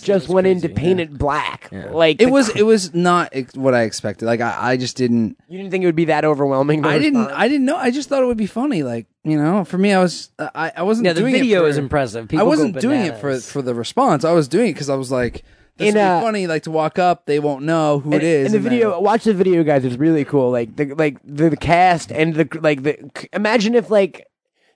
F: surprised.
E: just
F: It was
E: went
F: crazy,
E: into paint it black. Like
F: it
E: the
F: was
E: cr-
F: it was not ex- what I expected. Like I, I just didn't
E: you didn't think it would be that overwhelming. the
F: I didn't
E: response?
F: I didn't know. I just thought it would be funny. Like you know, for me, I was I I wasn't
G: yeah." The
F: doing it
G: video
F: for-
G: is impressive. People
F: I
G: go
F: wasn't doing it for
G: bananas. uh,
F: for the response. I was doing it because I was like, "This
E: In
F: would be
E: a-
F: funny." Like to walk up, they won't know who it
E: And-
F: is.
E: And the
F: and then-
E: video, watch the video, guys. It's really cool. Like the like the, the cast and the like the. Imagine if like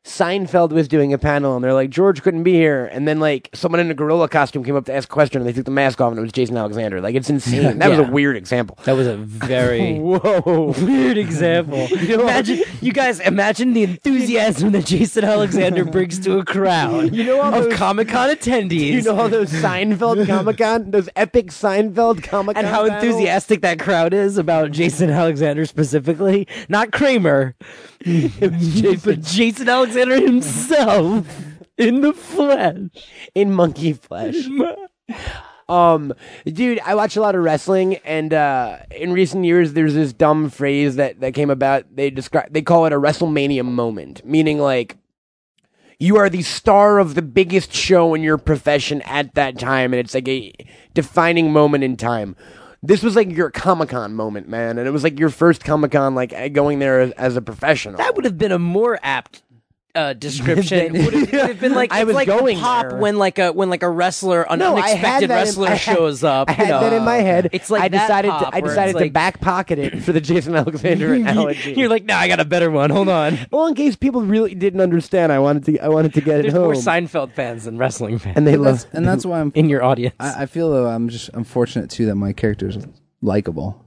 E: Seinfeld was doing a panel, and they're like, George couldn't be here, and then like someone in a gorilla costume came up to ask a question, and they took the mask off, and it was Jason Alexander. Like it's insane. That was
G: Yeah.
E: a weird example.
G: That was a very
E: Whoa.
G: weird example. imagine you guys imagine the enthusiasm that Jason Alexander brings to a crowd you
E: know all
G: of
E: those-
G: Comic Con attendees.
E: You know all those Seinfeld Comic Con, those epic Seinfeld Comic Con,
G: and how enthusiastic that crowd is about Jason Alexander specifically. Not Kramer, but Jason Alexander himself in the flesh.
E: in monkey flesh. Um, dude, I watch a lot of wrestling, and uh, in recent years, there's this dumb phrase that that came about. They describe they call it a WrestleMania moment, meaning like you are the star of the biggest show in your profession at that time, and it's like a defining moment in time. This was like your Comic Con moment, man, and it was like your first Comic Con, like going there as, as a professional.
G: That would have been a more apt. Uh, description would have, would have been like
E: I
G: it's
E: was
G: like
E: going
G: pop
E: there.
G: when like a when like a wrestler an
E: No, I had
G: unexpected
E: that in-
G: wrestler
E: I had-
G: shows up.
E: I had
G: you know.
E: that in my head.
G: It's like
E: I
G: that
E: decided
G: pop
E: to, I
G: where it's
E: decided to
G: like-
E: back pocket it for the Jason Alexander analogy.
G: You're like, no, I got a better one. Hold on.
E: well, in case people really didn't understand, I wanted to I wanted to get
G: There's
E: it home,
G: more Seinfeld fans than wrestling fans
E: and they
F: That's,
E: love.
F: and that's why I'm.
G: in your audience.
F: I, I feel though I'm just I'm fortunate too that my character is likable.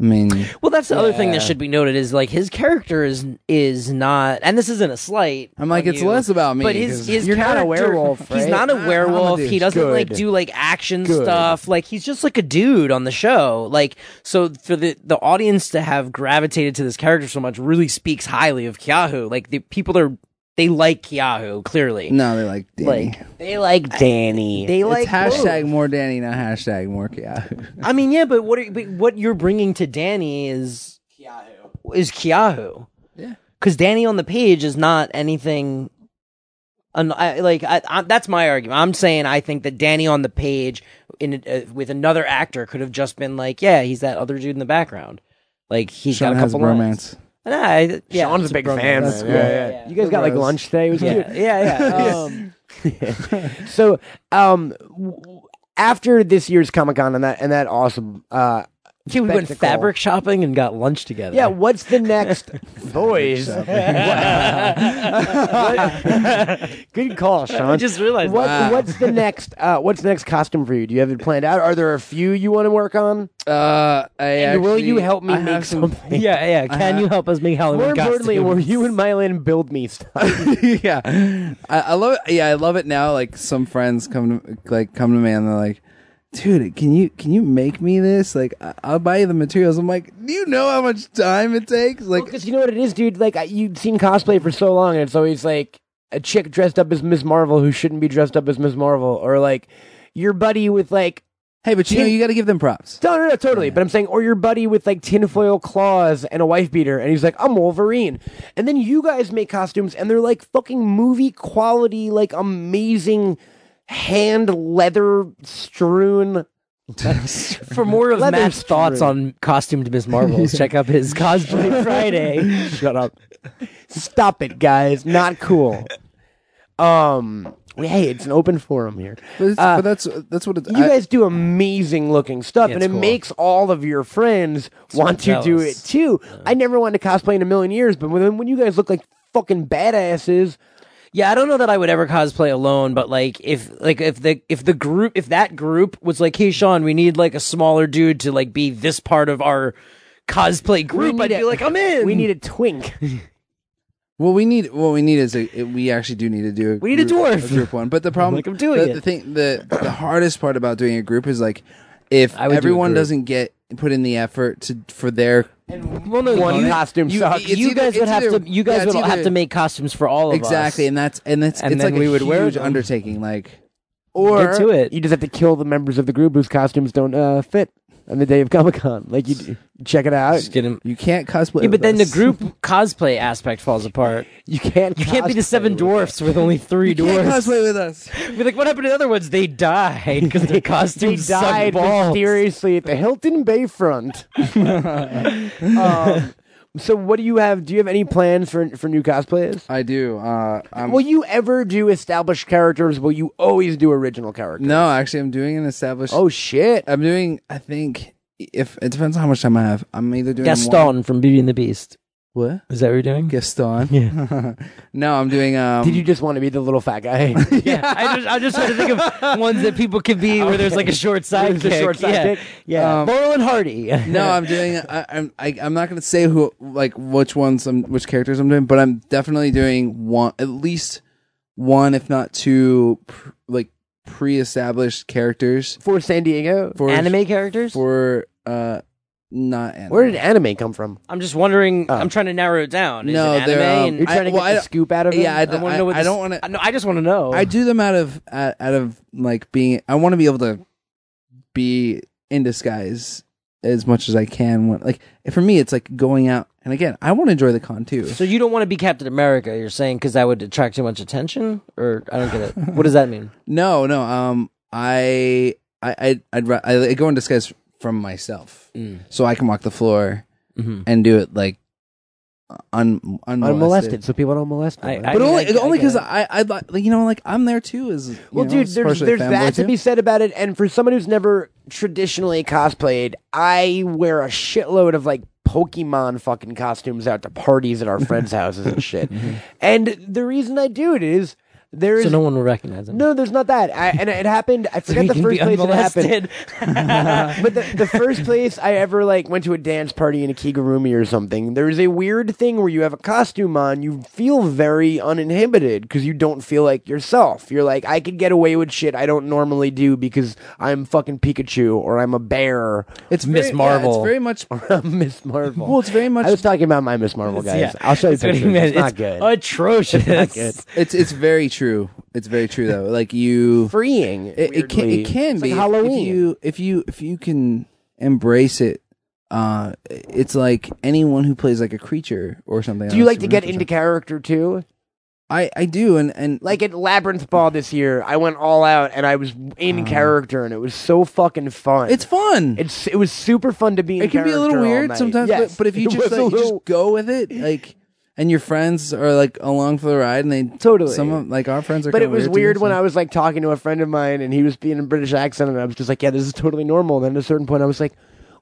F: I mean,
G: Well, that's the other thing that should be noted is like his character is is not, and this isn't a slight.
F: I'm like,
G: on
F: it's
G: you,
F: less about me,
G: But his
F: 'cause
G: his
E: you're not a
G: character,
E: werewolf,
G: He's
E: right?
G: not a werewolf. He
F: dude's
G: doesn't like
E: good.
G: do like action stuff. Like he's just like a dude on the show. Like so for the the audience to have gravitated to this character so much really speaks highly of Kiahu. Like the people are they like Kiahu clearly.
F: no, they like Danny.
G: Like
E: They like Danny.
G: they like
F: it's hashtag more Danny, not hashtag more Keanu.
G: I mean, yeah, but what are, but what you're bringing to Danny is Kiahu. Is Kiahu?
F: Yeah.
G: Because Oh. Danny on the page is not anything. Un, I, like I, I, that's my argument. I'm saying I think that Danny on the page in uh, with another actor could have just been like, yeah, he's that other dude in the background. Like he's
F: Sean
G: got a
F: has
G: couple lines.
F: romance.
G: And I, yeah,
E: Sean's
G: it's
E: a big fan.
G: bromance.
E: man.
F: cool.
E: Yeah, yeah.
G: Yeah.
E: You guys got like lunch today. It was
G: Yeah,
E: cute.
G: yeah, yeah. Um,
E: So, um, w- w- after this year's Comic Con and that and that awesome, uh,
G: dude, we went
E: Spectacle.
G: fabric shopping and got lunch together.
E: yeah. What's the next boys? Good call, Sean.
G: I just realized
E: What,
F: Wow.
E: What's the next? Uh, what's the next costume for you? Do you have it planned out? Are there a few you want to work on?
F: Uh, I
E: And will you
F: actually-
E: help me
F: I
E: make
F: have some-
E: something?
G: Yeah, yeah. Can you help us make Halloween
E: More importantly, will
G: costumes?
E: you and Mylan build me stuff?
F: yeah, I, I love it. Yeah, I love it now. Like some friends come to like come to me and they're like, "Dude, can you can you make me this? Like, I, I'll buy you the materials." I'm like, "Do you know how much time it takes?" Like,
E: Because you know what it is, dude. Like I- you've seen cosplay for so long, and it's always like a chick dressed up as Ms. Marvel who shouldn't be dressed up as Ms. Marvel, or like your buddy with like
F: hey, but you know, you got to give them props.
E: no, no, no, totally. But I'm saying, or your buddy with like tinfoil claws and a wife beater, and he's like, I'm Wolverine. And then you guys make costumes, and they're like fucking movie quality, like amazing hand leather strewn.
G: For more of
E: Leather
G: Matt's thoughts on costumed Ms. Marvel, check out his cosplay Friday.
E: Shut up. Stop it, guys. Not cool. Um, hey, it's an open forum here.
F: But, it's,
E: Uh,
F: but that's that's what it's.
E: You
F: I-
E: guys do amazing looking stuff,
G: Yeah,
E: and
G: it's
E: it
G: cool.
E: makes all of your friends want to do it
G: jealous.
E: too. I never wanted to cosplay in a million years, but when, when you guys look like fucking badasses,
G: Yeah, I don't know that I would ever cosplay alone, but like if like if the if the group if that group was like, hey Sean, we need like a smaller dude to like be this part of our cosplay group,
E: need
G: I'd be
E: a-
G: like, I'm in.
E: we need a twink.
F: Well, we need what we need is a we actually do need to do a
G: We need a
F: group-
G: dwarf.
F: a group one. But the problem
G: Like I'm doing
F: the,
G: it.
F: the thing the the hardest part about doing a group is like if
G: would do a
F: everyone
G: group.
F: doesn't get put in the effort to for their
G: well, no,
E: One
G: you,
E: costume
G: you,
E: sucks.
F: It's
G: you
F: either-
G: guys would
F: it's
G: have
F: either-
G: to you
F: yeah,
G: guys
F: it's
G: would have
F: either-
G: to make costumes for all of
F: exactly
G: us.
F: and that's and that's
G: And
F: it's
G: then
F: like
G: we
F: a
G: would
F: huge
G: wear them.
F: undertaking like
E: or
G: Get to it.
E: You just have to kill the members of the group whose costumes don't uh, fit on the day of Comic Con. Like you d- check it out.
G: Just get him.
F: you can't cosplay
G: Yeah, but
F: with
G: then the
F: us.
G: group cosplay aspect falls apart.
E: You can't.
G: You can't be the
E: cosplay
G: seven
E: with
G: dwarfs with only three
F: you can't
G: dwarfs.
F: cosplay with us
G: Be like, what happened to the other ones? They died because their
E: They
G: costumes
E: died
G: suck balls.
E: mysteriously at the Hilton Bayfront. um, so, what do you have? Do you have any plans for for new cosplays?
F: I do uh I'm
E: Will you ever do established characters? Will you always do original characters?
F: no actually I'm doing an established
E: Oh shit!
F: I'm doing I think if it depends on how much time I have I'm either doing one-
G: Gaston from Beauty and the Beast.
F: What?
H: Is that what you're doing?
F: Gaston?
H: Yeah.
F: no, I'm doing. Um,
E: Did you just want to be the little fat guy?
H: yeah, I just I just trying to think of ones that people could be where there's like a short sidekick.
E: There's a short
H: yeah,
E: sidekick.
H: yeah.
F: Um,
H: Laurel and Hardy.
F: no, I'm doing. I, I'm. I, I'm not going to say who, like, which ones, I'm, which characters I'm doing, but I'm definitely doing one, at least one, if not two, pr- like pre-established characters
E: For San Diego?
F: for
H: anime characters.
F: for uh, not anime.
E: Where did anime come from?
G: I'm just wondering.
E: Oh. uh,
G: I'm trying to narrow it down. Is
F: No,
G: it
F: they're, um,
G: anime?
E: You're
G: and,
E: trying to get
F: well, I
E: the
F: don't-
E: scoop out of
F: Yeah, I,
E: it?
G: I wanna
F: I-
G: know what
F: I
G: this-
F: don't want to.
G: I, no, I just want to know.
F: I do them out of out out of like being. I want to be able to be in disguise as much as I can. When, like for me, it's like going out, and again, I want to enjoy the con too.
H: So you don't want to be Captain America? You're saying because that would attract too much attention, or I don't get it. What does that mean?
F: No, no. Um, I I I I'd, ra- I go in disguise from myself, so I can walk the floor
H: Mhm.
F: and do it like un unmolested.
E: Unmolested, so people don't molest me.
H: I-
E: right?
H: I-
F: But only,
H: mean, I- I
F: only
H: get
F: because
H: it.
F: I, I, like, you know, like I'm there too. Is you
E: Well,
F: know,
E: dude,
F: it's
E: there's
F: partially
E: there's
F: fanboy,
E: that to
F: too.
E: be said about it, and for someone who's never traditionally cosplayed, I wear a shitload of like Pokemon fucking costumes out to parties at our friends' houses and shit. And the reason I do it is there is
H: Mm-hmm. So no one will recognize him.
E: no, there's not that, I, and it happened. I
H: so he
E: forget
H: can be
E: the first place it happened.
H: unmolested.
E: but the, the first place I ever like went to a dance party in a Kigurumi or something, there is a weird thing where you have a costume on, you feel very uninhibited because you don't feel like yourself. You're like, I could get away with shit I don't normally do because I'm fucking Pikachu or I'm a bear.
F: It's
H: Miss
F: very- yeah,
H: Marvel.
F: it's very much.
E: I'm Miss Marvel.
F: Well, it's very much.
E: I was talking about my Miss Marvel guys. I'll show you
H: That's what he
E: pictures.
H: meant.
E: It's, not good.
H: Atrocious.
F: It's it's very true. It's very true though. Like you,
E: Freeing.
F: it, it can it
E: weirdly.
F: can
E: It's
F: be
E: like
F: If-
E: Halloween.
F: If you if you if you can embrace it, uh, it's like anyone who plays like a creature or something.
E: do you
F: on a
E: like to get
F: supernatural
E: into character too?
F: show. I I do, and and
E: like at Labyrinth Ball this year, I went all out and I was in character, and it was so fucking fun.
F: Uh-huh. it's fun.
E: it's it was super fun to be. In
F: it can be a little
E: character all
F: weird
E: night.
F: sometimes,
E: Yes,
F: but, but if you
E: it
F: just
E: was a
F: like you
E: little-
F: just go with it, like. And your friends are like along for the ride, and they
E: Totally.
F: Some of, like our friends are.
E: But it
F: kinda
E: was
F: too,
E: weird
F: so-
E: when I was like talking to a friend of mine, and he was being a British accent, and I was just like, "Yeah, this is totally normal." then at a certain point, I was like.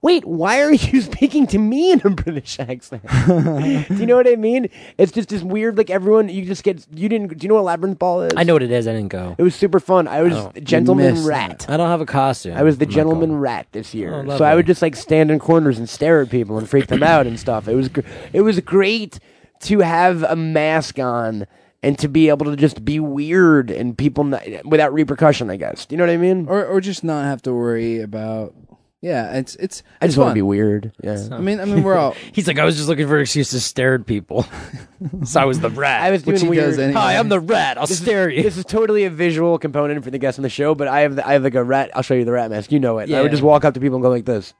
E: Wait, why are you speaking to me in a British accent? do you know what I mean? It's just this weird, like everyone, you just get, you didn't, do you know what Labyrinth Ball is?
H: I know what it is. I didn't go.
E: It was super fun. I was
H: Oh,
E: Gentleman
F: missed
E: Rat.
H: I don't have a costume.
E: I was the
H: I'm not
E: gentleman
H: going.
E: rat this year,
H: Oh,
E: so I
H: lovely.
E: would just like stand in corners and stare at people and freak them out and stuff. It was gr- it was great to have a mask on and to be able to just be weird and people not, without repercussion. I guess do you know what I mean?
F: or or just not have to worry about. Yeah, it's it's.
E: I
F: it's
E: just want to
F: fun.
E: be weird. Yeah.
F: I mean, I mean, we're all.
H: He's like, I was just looking for an excuse to stare at people. so I was the rat.
E: I was
F: Which
E: doing
F: he
E: weird.
F: does anyway.
H: Hi, I'm the rat. I'll stare at you.
E: This is totally a visual component for the guests on the show, but I have the, I have like a rat. I'll show you the rat mask. You know it. And I
H: Yeah.
E: would just walk up to people and go like this,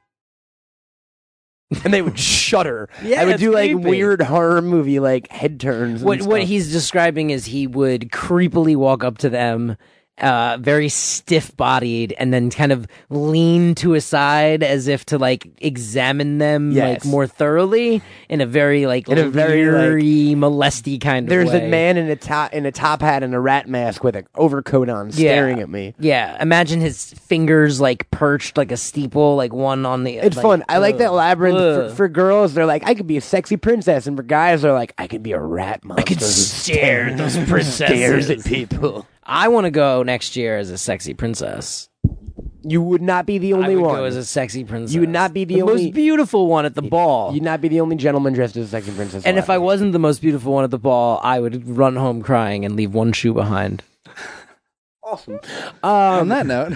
E: and they would shudder.
H: Yeah,
E: I would
H: it's
E: do like
H: creepy.
E: weird horror movie like head turns. and
H: what what
E: stuff.
H: he's describing is he would creepily walk up to them uh very stiff bodied and then kind of lean to a side as if to like examine them
E: Yes.
H: like more thoroughly in a very like
E: In a very,
H: leery, molesty kind
E: There's
H: of way.
E: a man in a top in a top hat and a rat mask with an overcoat on, staring at me.
H: yeah imagine his fingers like perched like a steeple like one on the
E: It's fun. I like that
H: ugh,
E: labyrinth. For,
H: ugh.
E: for girls, they're like, I could be a sexy princess, and for guys, they're like, I could be a rat monster.
H: I could
E: who
H: stare at those
E: stares
H: princesses.
E: at people.
H: I want to go next year as a sexy princess.
E: You would not be the only
H: I would
E: one.
H: go as a sexy princess.
E: You would not be the only-
H: most beautiful one at the ball.
E: You'd not be the only gentleman dressed as a sexy princess.
H: and if I wasn't the most beautiful one at the ball, I would run home crying and leave one shoe behind.
F: on that note,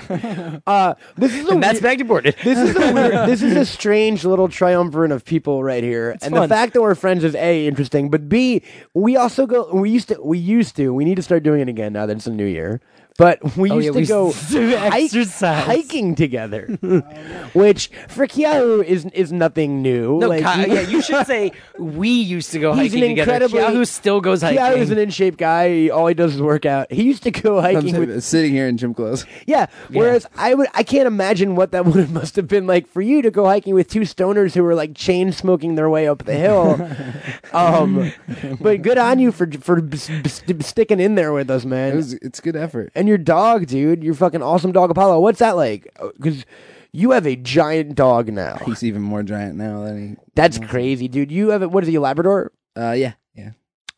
E: uh, this is a
H: And that's
E: weird-
H: back to board.
E: this is a weird, this is a strange little triumvirate of people right here, and the
H: fun.
E: fact that we're friends is a interesting, but b we also go we used to we used to we need to start doing it again now that it's a new year, but we
H: Oh,
E: used
H: yeah,
E: to
H: we
E: go
H: used to do
E: hike-
H: exercise.
E: hiking together, which for Kiahu is is nothing new.
H: No,
E: like,
H: Ka- yeah, you should say we used to go
E: He's
H: hiking
E: an
H: together.
E: incredibly-
H: Yahoo still goes hiking.
E: Kiahu's an in shape guy. He- All he does is work out. He used to go
F: I'm
E: hiking with
F: sitting- sitting here in gym clothes.
E: Yeah. Whereas I would, I can't imagine what that would have must have been like for you to go hiking with two stoners who were like chain smoking their way up the hill. um, but good on you for for b- b- st- sticking in there with us,
F: It
E: man.
F: was, it's good effort.
E: and your dog, dude, your fucking awesome dog Apollo. What's that like? Because Oh, You have a giant dog now.
F: He's even more giant now than
E: That's crazy, dude. You have a, what is he, a Labrador?
F: he. Uh, yeah, yeah.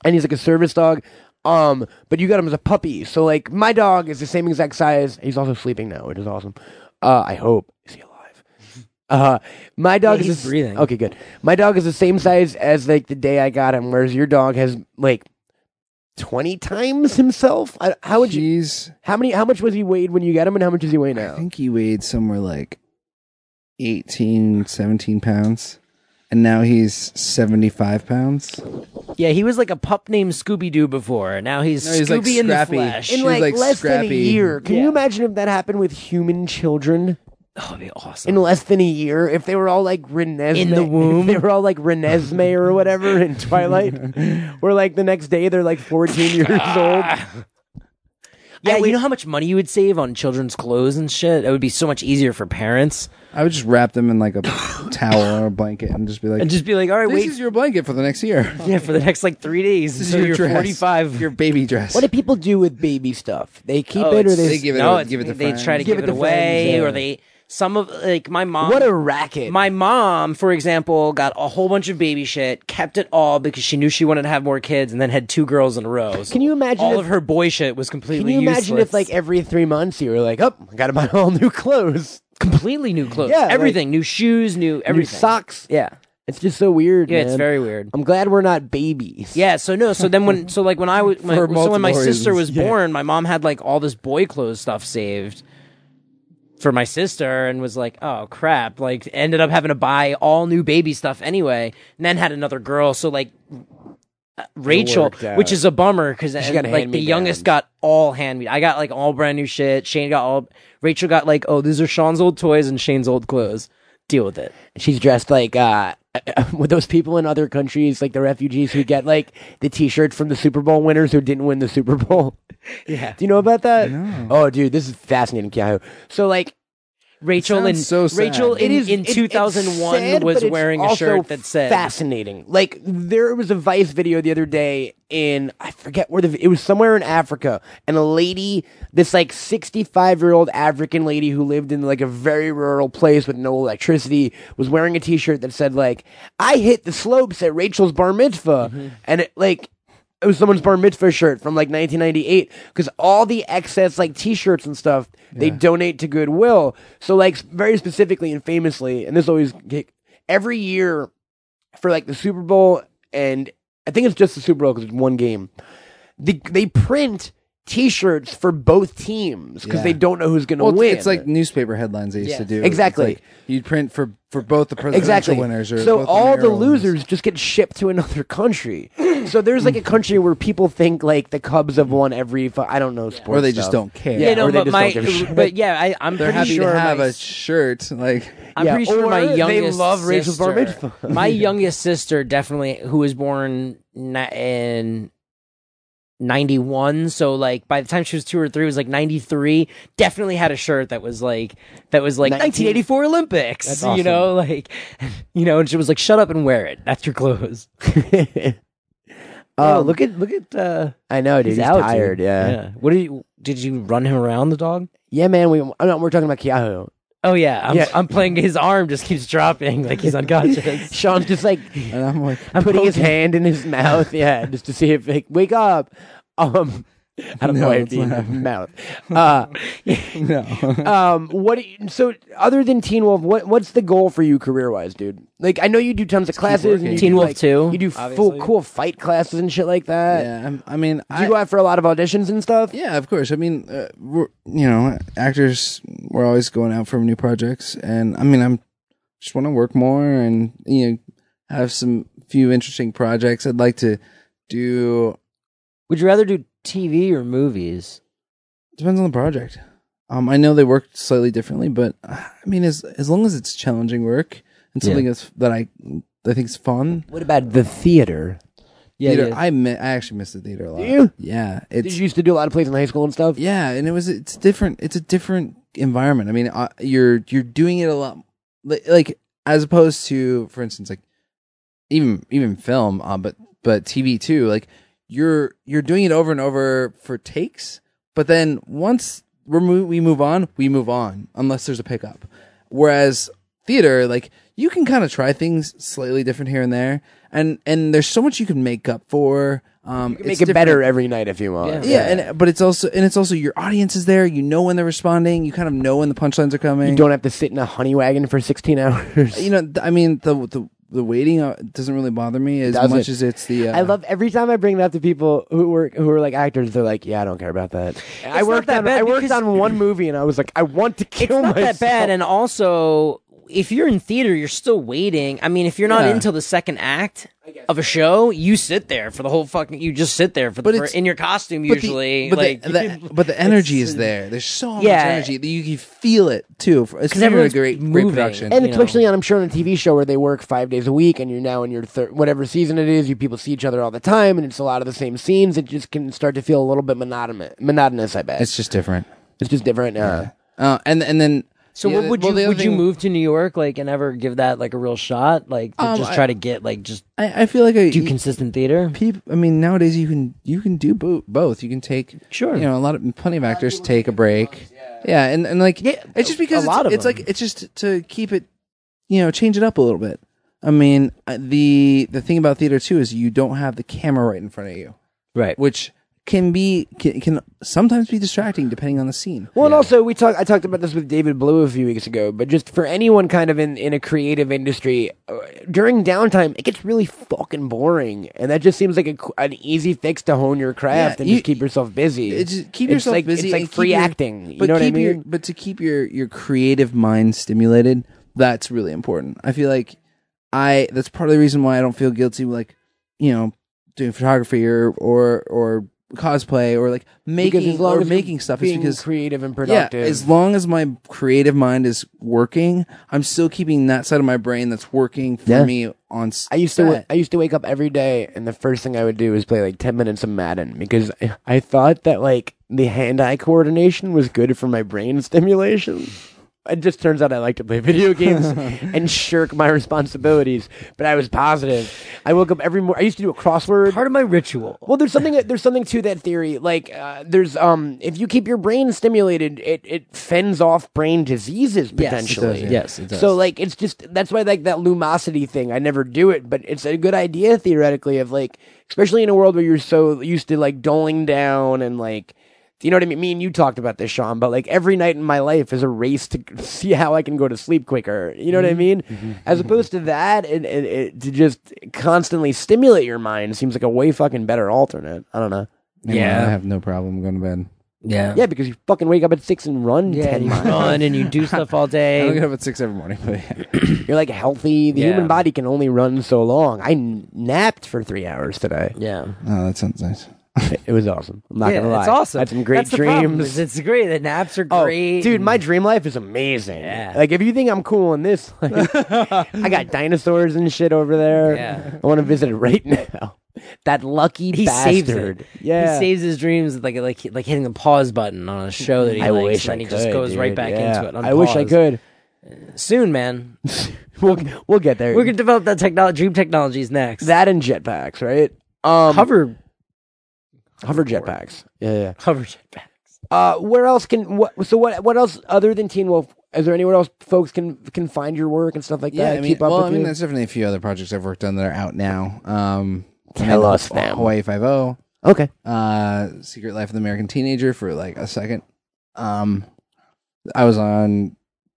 E: and he's like a service dog. Um, but you got him as a puppy. So like my dog is the same exact size. He's also sleeping now, which is awesome. Uh, I hope. Is he alive? Uh, my dog
G: Yeah,
E: is
G: he's
E: the s-
G: breathing.
E: Okay, good. My dog is the same size as like the day I got him, whereas your dog has like twenty times himself. I, how would you?
F: He's.
E: How many? How much was he weighed when you got him, and how much does he weigh
F: I
E: now?
F: think he weighed somewhere like 18, 17 pounds, and now he's seventy-five pounds.
G: Yeah, he was like a pup named Scooby Doo before. Now he's
F: No,
G: Scooby
F: he's like
G: in the
F: Scrappy.
G: flesh.
F: She
E: In
F: was,
E: like,
F: like,
E: less than a
F: scrappy.
E: year. Can
G: Yeah.
E: you imagine if that happened with human children?
G: oh, it'd be awesome.
E: in less than a year if they were all like Renesmee
G: In the womb?
E: They were all like Renesmee or whatever in Twilight. Where like the next day they're like 14 years old.
G: Ah. yeah,
E: wait-
G: you know how much money you would save on children's clothes and shit. It would be so much easier for parents
F: I would just wrap them in like a towel or a blanket and just be like,
G: and just be like, all right,
F: "This
G: wait,
F: is your blanket for the next year.
G: yeah, for the next like three days
F: This is
G: until
F: your
G: you're
F: dress.
G: 45.
F: Your baby dress."
E: What do people do with baby stuff? They keep
G: Oh,
E: it or
G: it's-
E: they,
F: they give it?
G: no,
F: a,
G: it's-
F: give it to
G: they try to
F: friends.
G: give,
E: Give it
G: it
E: to
G: away,
E: friends, yeah.
G: or they some of like my mom.
E: What a racket.
G: My mom, for example, got a whole bunch of baby shit, kept it all because she knew she wanted to have more kids, and then had two girls in a row. So
E: Can you imagine
G: All
E: if-
G: of her boy shit was completely.
E: Can you imagine
G: useless.
E: if like every 3 months you were like, "Oh, I got to buy all new clothes,
G: completely new clothes?
E: Yeah, like-
G: everything, new shoes, new
E: new
G: everything.
E: socks."
G: Yeah,
E: It's just so weird,
G: yeah, it's
E: man.
G: very weird.
E: I'm glad we're not babies.
G: Yeah, so no, so then when so like when I was my,
F: For
G: so when my
F: multiple
G: sister was
F: reasons, yeah.
G: born, my mom had like all this boy clothes stuff saved for my sister and was like, "Oh crap." Like ended up having to buy all new baby stuff anyway, and then had another girl, so like uh, Rachel,
E: worked out.
G: which is a bummer because like
E: got
G: the
E: hand-me-downs.
G: youngest got all hand me. I got like all brand new shit. Shane got all. Rachel got like, oh, these are Sean's old toys and Shane's old clothes. Deal with it.
E: She's dressed like uh, with those people in other countries, like the refugees who get like the T-shirts from the Super Bowl winners who didn't win the Super Bowl. Yeah, do you know about that? Oh, dude, this is fascinating, Keanu. So like,
G: Rachel
F: sounds
G: and
F: so sad.
G: Rachel in,
E: it is
G: in
E: it- it's
G: 2001
E: sad,
G: was
E: but it's
G: wearing a
E: also
G: shirt that said
E: fascinating. Like there was a Vice video the other day in I forget where the it was somewhere in Africa, and a lady, this like 65 year old African lady who lived in like a very rural place with no electricity, was wearing a T-shirt that said like I hit the slopes at Rachel's bar mitzvah,
G: Mm-hmm.
E: and it like it was someone's bar mitzvah shirt from like 1998 because all the excess like t-shirts and stuff they donate to goodwill so like s- very specifically and famously and this always get- every year for like the super bowl and i think it's just the super bowl because it's one game the, they print t-shirts for both teams because
F: Yeah.
E: they don't know who's going to
F: Well, it's-
E: win
F: it's like newspaper headlines they used to do. It's
E: Exactly.
F: like you'd print for for both the presidential
E: exactly
F: winners. Or
E: so
F: both
E: all the
F: mayoral ones.
E: losers just get shipped to another country so there's like a country where people think like the cubs have won every fu- i don't know sports
F: or they just
E: stuff.
F: don't care.
E: Yeah,
G: you know,
E: or they
G: but
E: just
G: my
E: don't give a shit.
G: but yeah I, I'm
F: They're
G: pretty
F: happy
G: sure
F: to have
G: my,
F: a shirt. Like
G: I'm
E: Yeah,
G: pretty sure
E: or
G: my
E: they
G: youngest
E: love Rachel's bar
G: sister-
E: mitzvah.
G: my youngest sister definitely who was born ni- in 91 so like by the time she was 2 or 3 it was like 93 definitely had a shirt that was like that was like
E: 19
G: 1984 Olympics
E: That's
G: you know like you know and she was like shut up and wear it that's your clothes
E: Oh,
G: Oh,
E: look!
G: look at look at uh,
E: I know, dude.
G: he's
E: He's,
G: out, dude.
E: tired. Yeah. yeah,
G: What did you did you run him around the dog?
E: man. We I'm not, we're talking about Kiahu.
G: Oh yeah, I'm,
E: Yeah.
G: I'm playing. His arm just keeps dropping like he's unconscious.
E: Sean's just like
F: and I'm like,
E: I'm putting his hand in his mouth, yeah, just to see if like wake up. Um, I don't
F: No,
E: know why
F: it's
E: it's in
F: not
E: his mouth. Uh,
F: no.
E: um, what? do you- So, other than Teen Wolf, what what's the goal for you career wise, dude? Like, I know you do tons of classes. And you
G: Teen
E: do,
G: Wolf
E: like,
G: 2,
E: You do full cool fight classes and shit like that.
F: yeah, I'm, I mean,
E: Do you
F: I,
E: go out for a lot of auditions and stuff?
F: yeah, of course. I mean, uh, we're, you know, actors, we're always going out for new projects, and I mean, I'm just want to work more and you know have some few interesting projects. I'd like to do.
G: Would you rather do TV or movies?
F: Depends on the project. Um, I know they work slightly differently, but uh, I mean, as as long as it's challenging work and something that's that I I think is fun.
E: What about the theater?
G: Yeah,
F: theater,
G: yeah.
F: I mi- I actually miss the theater a lot.
E: Do you?
F: Yeah, it's
E: Did you used to do a lot of plays in high school and stuff?
F: Yeah, and it was it's different. It's a different environment. I mean, uh, you're you're doing it a lot, li- like as opposed to, for instance, like even even film, uh, but but TV too. Like you're you're doing it over and over for takes, but then once we move we move on, we move on unless there's a pickup. Whereas theater, like you can kind of try things slightly different here and there, and and there's so much you can make up for. Um,
E: Make
F: it's
E: it better
F: different-
E: every night if you want.
F: Yeah, and but it's also and it's also your audience is there. You know when they're responding. You kind of know when the punchlines are coming.
E: You don't have to sit in a honey wagon for 16 hours.
F: You know, th- I mean, the the the waiting uh, doesn't really bother me as
E: Doesn't.
F: much as it's the. Uh,
G: Uh-huh.
E: I love every time I bring that to people who work who are like actors. They're like, "Yeah, I don't care about that." I
G: not
E: worked
G: that
E: on
G: bad
E: I worked
G: because-
E: on one movie and I was like, "I want to
G: it's
E: kill
G: not
E: myself."
G: that bad. And also, if you're in theater, you're still waiting. I mean, if you're not
F: Yeah.
G: until the second act of a show, you sit there for the whole fucking. You just sit there for,
F: But
G: the, for
F: it's-
G: in your costume
F: but the,
G: usually.
F: but,
G: like,
F: the, the- but the energy is there. There's so much
G: Yeah.
F: energy that you, you feel it too. Because
G: everyone's
F: great, great
G: moving.
F: production.
E: And
G: you
E: especially on, I'm sure, on a TV show where they work five days a week, and you're now in your third, whatever season it is, you people see each other all the time, and it's a lot of the same scenes. It just can start to feel a little bit monotonous. Monotonous, I bet. It's,
F: it's just different.
E: just different. Uh,
F: Uh, and and then
G: so,
F: the
G: what
F: other-
G: would
F: well,
G: you
F: the other
G: would you
F: thing-
G: move to New York like and ever give that like a real shot? Like, to
F: Um,
G: just
F: I-
G: try to get like just
F: I, I feel like I
G: do consistent theater.
F: peop- I mean, nowadays you can you can do bo- both. You can take
G: Sure.
F: You know, a lot of plenty of actors take a break. Yeah. and and like it's just because it's,
G: a lot of
F: it's
G: them.
F: like it's just to keep it, you know, change it up a little bit. I mean, uh, the the thing about theater too is you don't have the camera right in front of you,
G: Right.
F: which can be can, can sometimes be distracting depending on the scene.
E: Well, and also we talked. I talked about this with David Blue a few weeks ago, but just for anyone kind of in in a creative industry, uh, during downtime, it gets really fucking boring, and that just seems like a, qu- an easy fix to hone your craft
F: Yeah,
E: and
F: you-
E: just keep yourself busy.
F: It just keep
E: It's
F: yourself
E: like-
F: busy.
E: It's like
F: and keep
E: free
F: your-
E: acting. You
F: but
E: know what I
F: keep
E: mean?
F: your- but to keep your your creative mind stimulated, that's really important. I feel like I that's part of the reason why I don't feel guilty. Like you know, doing photography or or or cosplay or like
E: because
F: making
E: as long
F: or
E: as you're
F: making stuff is
E: being
F: because
E: creative and
F: yeah,
E: productive.
F: as long as my creative mind is working, I'm still keeping that side of my brain that's working for
E: Yeah.
F: me on.
E: I used to wa-
F: set.
E: I used to wake up every day, and the first thing I would do is play like ten minutes of Madden because I- I thought that like the hand-eye coordination was good for my brain stimulation. It just turns out I like to play video games and shirk my responsibilities, but I was positive. I woke up every morning. I used to do a crossword.
G: Part of my ritual.
E: Well, there's something there's something to that theory. Like uh, there's um if you keep your brain stimulated, it it fends off brain diseases potentially.
F: yeah.
G: Yes, it does.
E: So like it's just that's why like that lumosity thing I never do it but it's a good idea theoretically of like especially in a world where you're so used to like doling down and like you know what I mean me and you talked about this Sean but like every night in my life is a race to see how I can go to sleep quicker you know
G: Mm-hmm.
E: what I mean as opposed to that and, and it, to just constantly stimulate your mind seems like a way fucking better alternate I don't know
F: I
G: yeah,
F: have no problem going to bed.
G: yeah,
E: yeah because you fucking wake up at 6 and run
G: Yeah,
E: 10
G: you
E: miles
G: run and you do stuff all
F: I don't get
G: day.
F: up at six every morning, but yeah.
E: You're like healthy. The
G: Yeah.
E: human body can only run so long. I n- napped for three hours today.
G: Yeah,
F: oh, that sounds nice.
E: It was awesome. I'm not
G: yeah,
E: gonna lie.
G: it's awesome.
E: I had some great
G: That's the problem,
E: dreams.
G: is It's great. The naps are
E: Oh,
G: great.
E: dude, my dream life is amazing.
G: Yeah.
E: Like, if you think I'm cool in this, like, I got dinosaurs and shit over there.
G: Yeah.
E: I want to visit it right now. That lucky
G: he
E: bastard.
G: saves it.
E: Yeah,
G: he saves his dreams with, like like like hitting the pause button on a show that he
E: I
G: likes,
E: wish
G: and
E: I
G: he
E: could.
G: just goes right
E: dude.
G: back
E: Yeah.
G: into it. on
E: I wish I
G: pause.
E: could.
G: soon, man.
E: We'll we'll get there.
G: We're gonna develop that technology. Dream technologies next.
E: that and jetpacks, right? Um,
G: hover
E: hover jetpacks. Yeah, yeah.
G: hover jetpack.
E: Uh, where else can what? So what? What else other than Teen Wolf? Is there anywhere else folks can can find your work and stuff like
F: Yeah,
E: that?
F: I mean,
E: keep up
F: well,
E: with
F: I mean,
E: you?
F: there's definitely a few other projects I've worked on that are out now. Um, I
E: Tell
F: mean,
E: us
F: Ha-
E: them.
F: Hawaii Five O,
E: Okay,
F: uh, Secret Life of the American Teenager for like a second. Um, I was on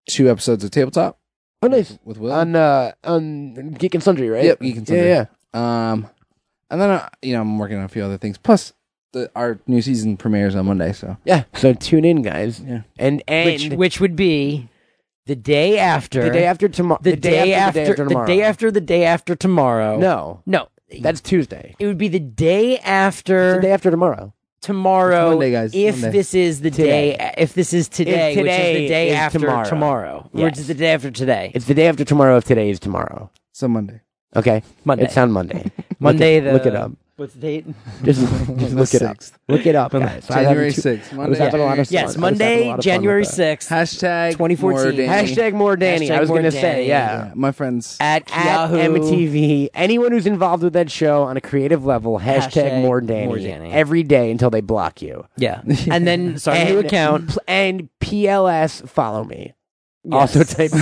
F: two episodes of Tabletop
E: oh nice.
F: with Will.
E: On uh, on Geek and Sundry, right?
F: Yep, Geek and Sundry.
E: Yeah,
F: um, and then uh, you know I'm working on a few other things. Plus, the, our new season premieres on Monday, so
E: yeah, yeah. So tune in, guys.
F: Yeah.
E: and and
G: which which would be the day after
E: the day after tomorrow.
G: the day after
E: the day after tomorrow.
G: the day after the day after tomorrow.
E: No,
G: no,
E: that's Tuesday.
G: it would be the day
E: It's
G: after
E: the day after tomorrow.
G: tomorrow.
F: It's Monday, guys.
G: If
F: Monday.
G: this is the
E: Today.
G: day, if this is today, which is
E: today
G: the day
E: is
G: after
E: tomorrow.
G: tomorrow, which is the day after today,
E: It's the day after tomorrow. If today is tomorrow,
F: so Monday.
E: okay,
G: Monday.
E: It's on Monday.
G: Monday.
E: look it,
G: the
E: look it up.
G: What's the date?
E: Just, just look it up.
F: sixth.
E: Look it up, guys. I was having
F: January
E: too-
F: sixth.
E: I was having a lot of
F: Monday.
E: fun. I
G: Yes,
E: was having a
G: Monday,
E: lot of fun with
G: January
E: that.
G: sixth.
F: Hashtag
G: 2014.
F: more Danny.
E: Hashtag more Danny.
G: Hashtag
E: I was
G: more
E: going to say,
G: Danny.
E: yeah.
F: Yeah, my friends.
G: At,
E: At
G: Yahoo.
E: MTV, anyone who's involved with that show on a creative level, hashtag,
G: Hashtag
E: more, Danny,
G: more Danny.
E: every day until they block you.
H: eh,
G: Yeah. and then start a new account.
E: P- and PLS, follow me. Also type.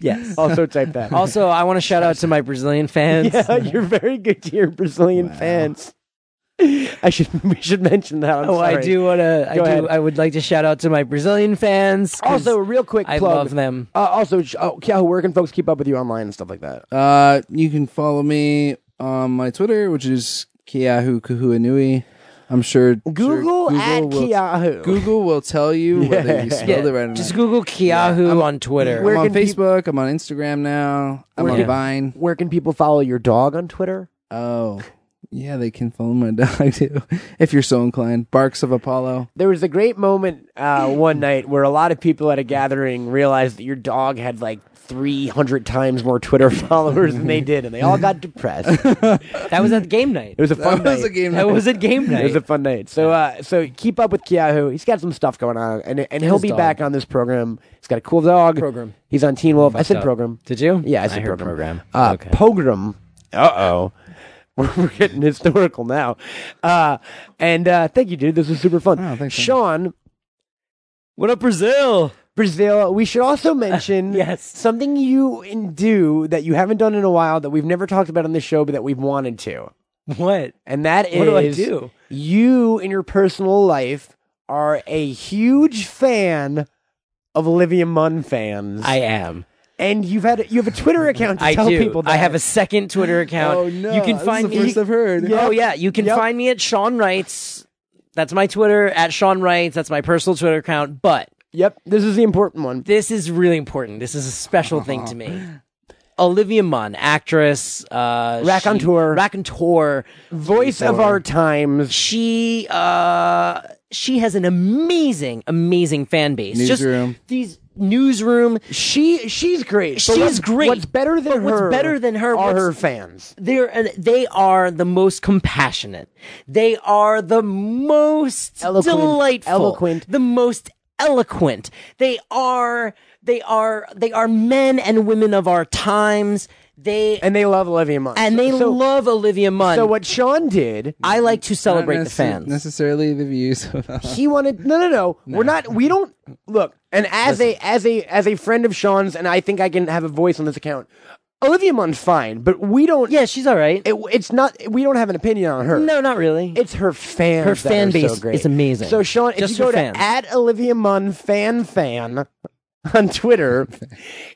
E: yes. Also type that.
H: Also, I want to shout out to my Brazilian fans.
E: yeah, you're very good to your Brazilian fans. I should we should mention that. I'm
H: Oh, I
E: sorry.
H: do want to. I
E: Go
H: do.
E: ahead.
H: I would like to shout out to my Brazilian fans. 'cause
E: Also, real quick,
H: I
E: plug.
H: love them.
E: Uh, also, sh- oh, yeah, where can folks keep up with you online and stuff like that?
F: Uh, you can follow me on my Twitter, which is Kiahu Kahuanui. I'm sure sure
E: Google, at
F: will-
E: Kiahu.
F: Google will tell you whether
E: Yeah.
F: you spelled
H: Yeah,
F: it right or not.
H: just Google Kiahu on Twitter.
E: Where
F: I'm on
E: can peop-
F: Facebook. I'm on Instagram now. I'm
E: Where
F: on
E: can-
F: Vine.
E: Where can people follow your dog on Twitter?
F: Oh, yeah, they can follow my dog too if you're so inclined. Barks of Apollo.
E: There was a great moment uh, one night where a lot of people at a gathering realized that your dog had like 300 times more Twitter followers than they did, and they all got depressed. It
H: That was at game night.
E: was a fun
F: That was
E: night.
F: a game.
H: That
F: night.
H: was at game
E: It was
H: night.
E: a fun night. So, uh, so keep up with Kiahu. He's got some stuff going on, and and he'll
H: his
E: be
H: dog.
E: back on this program. He's got a cool dog.
H: Program.
E: He's on Teen Wolf. I said
H: up.
E: program.
H: Did you?
E: Yeah, I said
H: heard
E: program.
H: program.
E: Uh,
H: okay.
E: Pogrom. Uh oh. We're getting historical now. Uh, and uh, thank you, dude. This was super fun.
H: Oh,
E: Sean,
H: What up, Brazil?
E: Brazil, we should also mention
H: Yes.
E: something you in- do that you haven't done in a while that we've never talked about on this show, but that we've wanted to.
H: What?
E: And that is
H: What do I do?
E: you in your personal life are a huge fan of Olivia Munn fans.
H: I am.
E: and you've had you have a Twitter account to
H: I
E: tell
H: do.
E: people that
H: I have a second Twitter account.
F: Oh no!
H: You can
F: this is
H: find
F: the
H: me.
F: First I've heard.
H: Oh yeah, you can
E: Yep.
H: find me at Sean Wrights. That's my Twitter at Sean Wrights. That's my personal Twitter account. But
E: Yep, this is the important one.
H: this is really important. This is a special thing to me. Olivia Munn, actress, uh,
E: Raconteur.
H: she, raconteur,
E: Voice of our times.
H: she uh she has an amazing amazing fan base
F: Newsroom.
H: just these newsroom
E: She she's great. But
H: She's
E: what's-
H: great.
E: What's better
H: But
E: than her?
H: what's better than her-
E: are
H: what's-
E: her fans.
H: they're and they are the most compassionate they are the most
E: Eloquent.
H: delightful
E: Eloquent.
H: the most eloquent they are they are they are men and women of our times they and,
E: And they love Olivia Munn.
H: they
E: so,
H: love olivia munn
E: So uh, what Sean did,
H: i like to
F: Not
H: celebrate the
F: necess-
H: fans
F: necessarily the views. of-
E: he wanted no no no. We're not we don't look, and as a as a as a friend of Sean's and I think I can have a voice on this account. Olivia Munn's fine, but we don't
H: yeah she's all right
E: it, it's not we don't have an opinion on her.
H: no not really
E: It's her fans.
H: Her
E: that
H: fan
E: are so
H: base
E: great.
H: is amazing.
E: So Sean, if
H: Just
E: you go
H: her
E: to
H: fans.
E: at Olivia Munn fan fan on Twitter,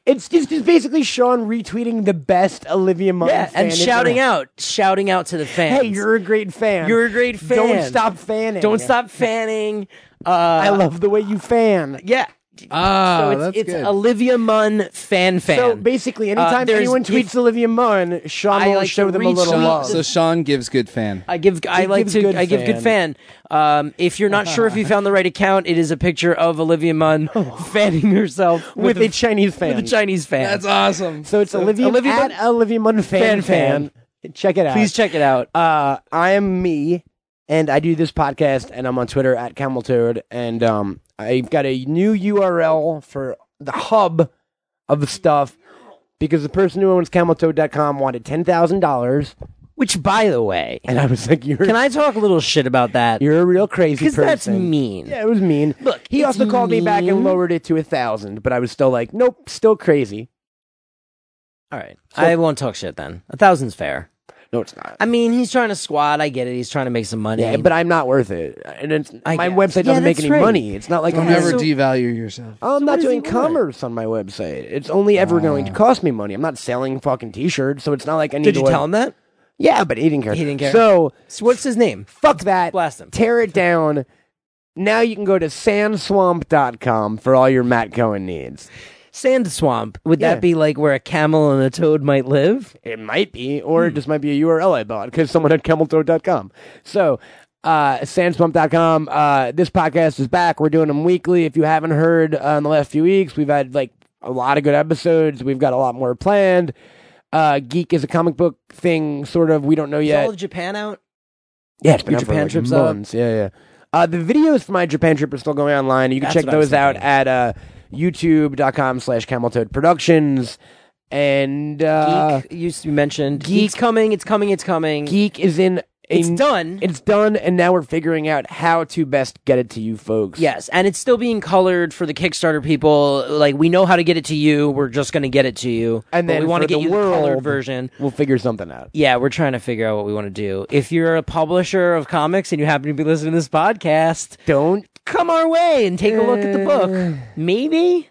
E: it's just, just basically Sean retweeting the best Olivia Munn
H: yeah,
E: fan
H: and shouting out, shouting out to the fans.
E: Hey, you're a great fan.
H: You're a great fan.
E: Don't stop fanning.
H: Don't stop fanning. Uh,
E: I love the way you fan.
H: yeah.
F: Ah,
H: so it's,
F: that's
H: it's
F: good.
H: Olivia Munn fan fan.
E: So basically, anytime
H: Uh, there's-
E: anyone tweets
H: if-
E: Olivia Munn, Sean
H: I
E: will
H: like
E: show
H: to
E: them a little
H: retweet
E: love.
F: so Sean gives good fan.
H: I give I
E: He
H: like
E: gives
H: to
E: good
H: I give good fan. Um, if you're not sure if you found the right account, it is a picture of Olivia Munn fanning herself
E: Oh. with,
H: with,
E: a Chinese fan.
H: with a Chinese fan.
F: That's awesome.
E: so it's Olivia,
H: Olivia
E: at
H: Munn-
E: Olivia Munn fan
H: Fan fan.
E: Check it out.
H: Please check it out.
E: Uh, I am me, and I do this podcast, and I'm on Twitter at Cameltoad, and um, I've got a new URL for the hub of the stuff because the person who owns CamelToad.com wanted ten thousand dollars,
H: Which, by the way,
E: and I was like, "You're
H: can I talk a little shit about that?
E: you're a real crazy
H: Because
E: person."
H: that's mean.
E: Yeah, it was mean.
H: Look,
E: he
H: it's
E: also called me back and
H: mean.
E: lowered it to a thousand, but I was still like, "Nope, still crazy."
H: All right, I won't talk shit then. A thousand's fair.
E: No, it's not.
H: I mean, he's trying to squat. I get it. He's trying to make some money.
E: Yeah, but I'm not worth it, and it's,
H: I
E: my
H: guess.
E: website
H: Yeah,
E: doesn't make
H: that's
E: any
H: right.
E: money. It's not like
F: Don't
E: I'm
F: ever
E: so-
F: devalue yourself.
E: I'm not
H: does he
E: doing
H: want?
E: commerce on my website. It's only ever going to cost me money. I'm not selling fucking t-shirts, so it's not like I need
H: did
E: to
H: you
E: wor-
H: tell him that?
E: Yeah, but he didn't care.
H: He didn't care.
E: So,
H: So what's his name?
E: fuck that.
H: Blast him.
E: Tear it down. Now you can go to sandswamp.com for all your Matt Cohen needs.
H: Sand swamp. Would
E: Yeah.
H: that be like where a camel and a toad might live?
E: It might be, or it just might be a URL I bought because someone had CamelToad.com. So, uh, sandswamp.com. Uh, this podcast is back. We're doing them weekly. If you haven't heard uh, in the last few weeks, we've had like a lot of good episodes. We've got a lot more planned. Uh, Geek is a comic book thing, sort of. We don't know
H: Is
E: yet.
H: all of Japan out?
E: yeah, it's been
H: your
E: out for,
H: Japan
E: like,
H: trip's up?
E: months. Yeah, yeah. Uh, the videos for my Japan trip are still going online. You can
H: That's
E: check
H: what I was
E: those out
H: thinking.
E: at uh, youtube.com slash cameltoad productions. And uh,
H: Geek. you, s- you mentioned. Geek. It's coming. It's coming. It's coming.
E: Geek is in
G: It's
E: And
G: done.
E: It's done, and now we're figuring out how to best get it to you folks.
G: Yes, and it's still being colored for the Kickstarter people. Like we know how to get it to you. We're just going to get it to you,
E: And
G: But
E: then
G: we want
E: for
G: to get
E: the
G: you the colored
E: world-
G: version.
E: We'll figure something out.
G: Yeah, we're trying to figure out what we want to do. If you're a publisher of comics and you happen to be listening to this podcast,
E: Don't.
G: come our way and take a look at the book. Maybe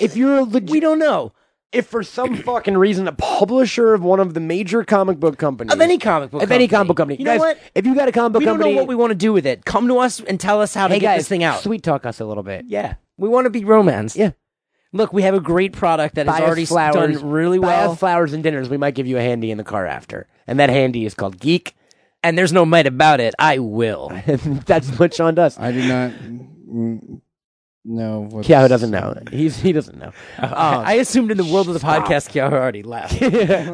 E: If you're a legit.
G: we don't know
E: if for some fucking reason a publisher of one of the major comic book companies
G: of any comic book.
E: of any comic book company,
G: You know
E: guys,
G: what?
E: if you got a comic book
G: We don't
E: company,
G: know what we want to do with it. Come to us and tell us how to
E: hey
G: get
E: guys,
G: this thing out.
E: Sweet talk us a little bit.
G: Yeah, we want to be romance.
E: Yeah.
G: Look, we have a great product that
E: Buy
G: has
E: us
G: already
E: flowers,
G: done really
E: buy
G: well.
E: us flowers and dinners. We might give you a handy in the car after, and that handy is called Geek.
G: and there's no might about it. I will.
E: That's much on us.
F: I do not mm, know what.
E: Kiao doesn't know. He's he doesn't know.
G: I assumed in the world of the podcast, Kiara already left.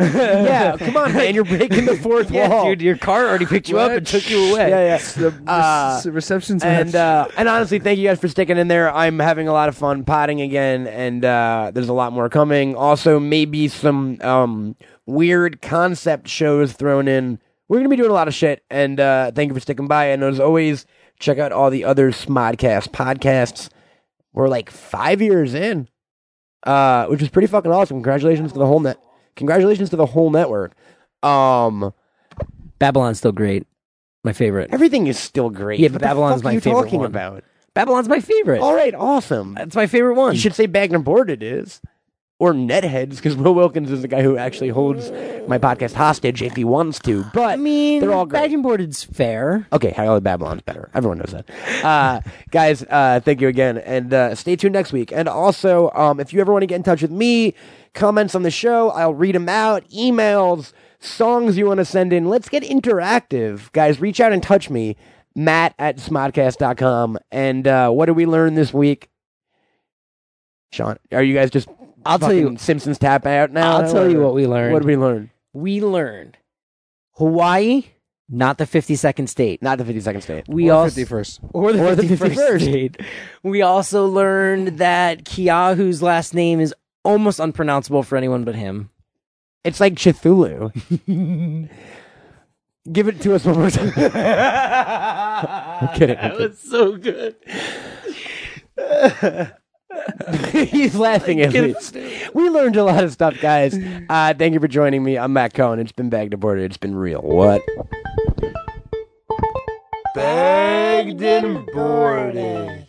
E: yeah, come on, man, you're breaking the fourth
G: yeah,
E: wall,
G: dude, your car already picked you up and took you away.
E: Yeah, yeah.
F: The
E: Uh,
F: reception's
E: and uh, and honestly, thank you guys for sticking in there. I'm having a lot of fun potting again, and uh, there's a lot more coming. Also, maybe some um, weird concept shows thrown in. We're gonna be doing a lot of shit, and uh, thank you for sticking by. And as always, check out all the other Smodcast podcasts. We're like five years in, uh, which is pretty fucking awesome. Congratulations to the whole net. Congratulations to the whole network. Um,
G: Babylon's still great. My favorite.
E: everything is still great.
G: Yeah,
E: What
G: but
E: the
G: Babylon's
E: fuck
G: my
E: are you
G: favorite
E: talking
B: one.
E: about?
G: Babylon's my favorite.
E: All right, awesome.
G: That's my favorite one.
E: Oh. You should say Bagner Board it is. Or Netheads, because Will Wilkins is the guy who actually holds my podcast hostage if he wants to. But
G: I mean,
E: they're all great.
G: Bag and boarded's fair.
E: Okay, Harold of Babylon's better. Everyone knows that. Uh, guys, uh, thank you again, and uh, stay tuned next week. And also, um, if you ever want to get in touch with me, comments on the show, I'll read them out. Emails, songs you want to send in. Let's get interactive, guys. Reach out and touch me, Matt at smodcast.com. And uh, what did we learn this week? Sean, are you guys just?
G: I'll tell you-
E: fucking Simpsons tap out now.
G: I'll tell you what we learned.
E: What did we learn?
G: We learned Hawaii, not the 52nd state.
E: Not the fifty-second state.
G: We
F: or
G: also
F: 51st.
G: or the
E: Or the
G: 51st.
E: 51st.
G: state. We also learned that Kiahu's last name is almost unpronounceable for anyone but him.
E: It's like Chithulu. Give it to us one more time. I'm kidding. That was so good. He's laughing at least. We learned a lot of stuff, guys. Uh, thank you for joining me. I'm Matt Cohen. It's been Bagged Aborted. It's been real. What? Bagged and Boarded.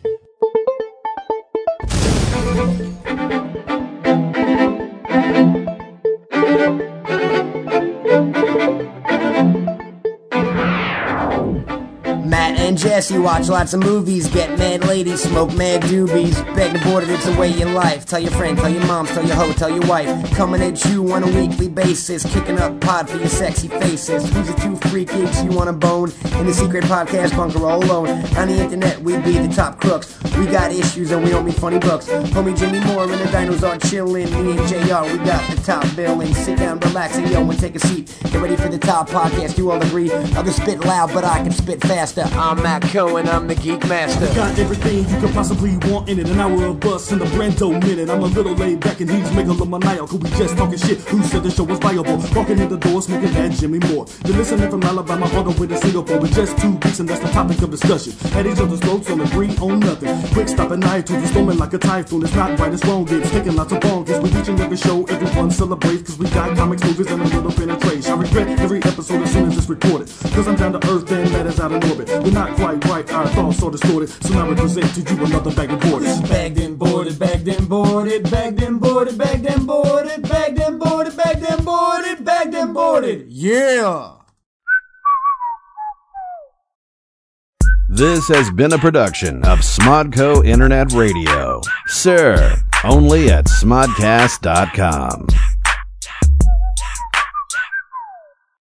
I: Matt and Jesse watch lots of movies, get mad ladies, smoke mad doobies. Beg the border, it's a way of life. Tell your friend, tell your mom, tell your hoe, tell your wife. Coming at you on a weekly basis, kicking up pod for your sexy faces. Who's the two free geeks you wanna bone? In the secret podcast bunker all alone. On the internet, we be the top crooks. We got issues and we don't read funny books. Homie Jimmy Moore and the dinos are chilling. Me and JR, we got the top billing. Sit down, relax, and yo, and take a seat. Get ready for the top podcast, you all agree. Others spit loud, but I can spit faster. I'm Matt Cohen, I'm the Geek Master.
J: Got everything you could possibly want in it. An hour of us in the Brando minute. I'm a little laid back and he's megalomaniacal. We just talking shit. Who said the show was viable? Walking in the door, smoking that Jimmy Moore. You're listening from Alabama, all the way to Singapore. With just two weeks and that's the topic of discussion. At each other's throats, don't agree on nothing. Quick stop an eye to the storming like a typhoon. It's not right, it's wrong. It's taking lots of bonkers. We each and every show, everyone celebrates. Cause we got comics, movies, and a little penetration. I regret every episode as soon as it's recorded. Cause I'm down to earth and that is out of orbit. We're not quite right, our thoughts are distorted. So now we present to you another bag of borders.
I: Bagged and boarded, bagged and boarded, bagged and boarded, bagged and boarded, bagged and boarded, bagged and boarded, bagged and boarded. Yeah.
C: This has been a production of Smodco Internet Radio. Sir, only at smodcast.com.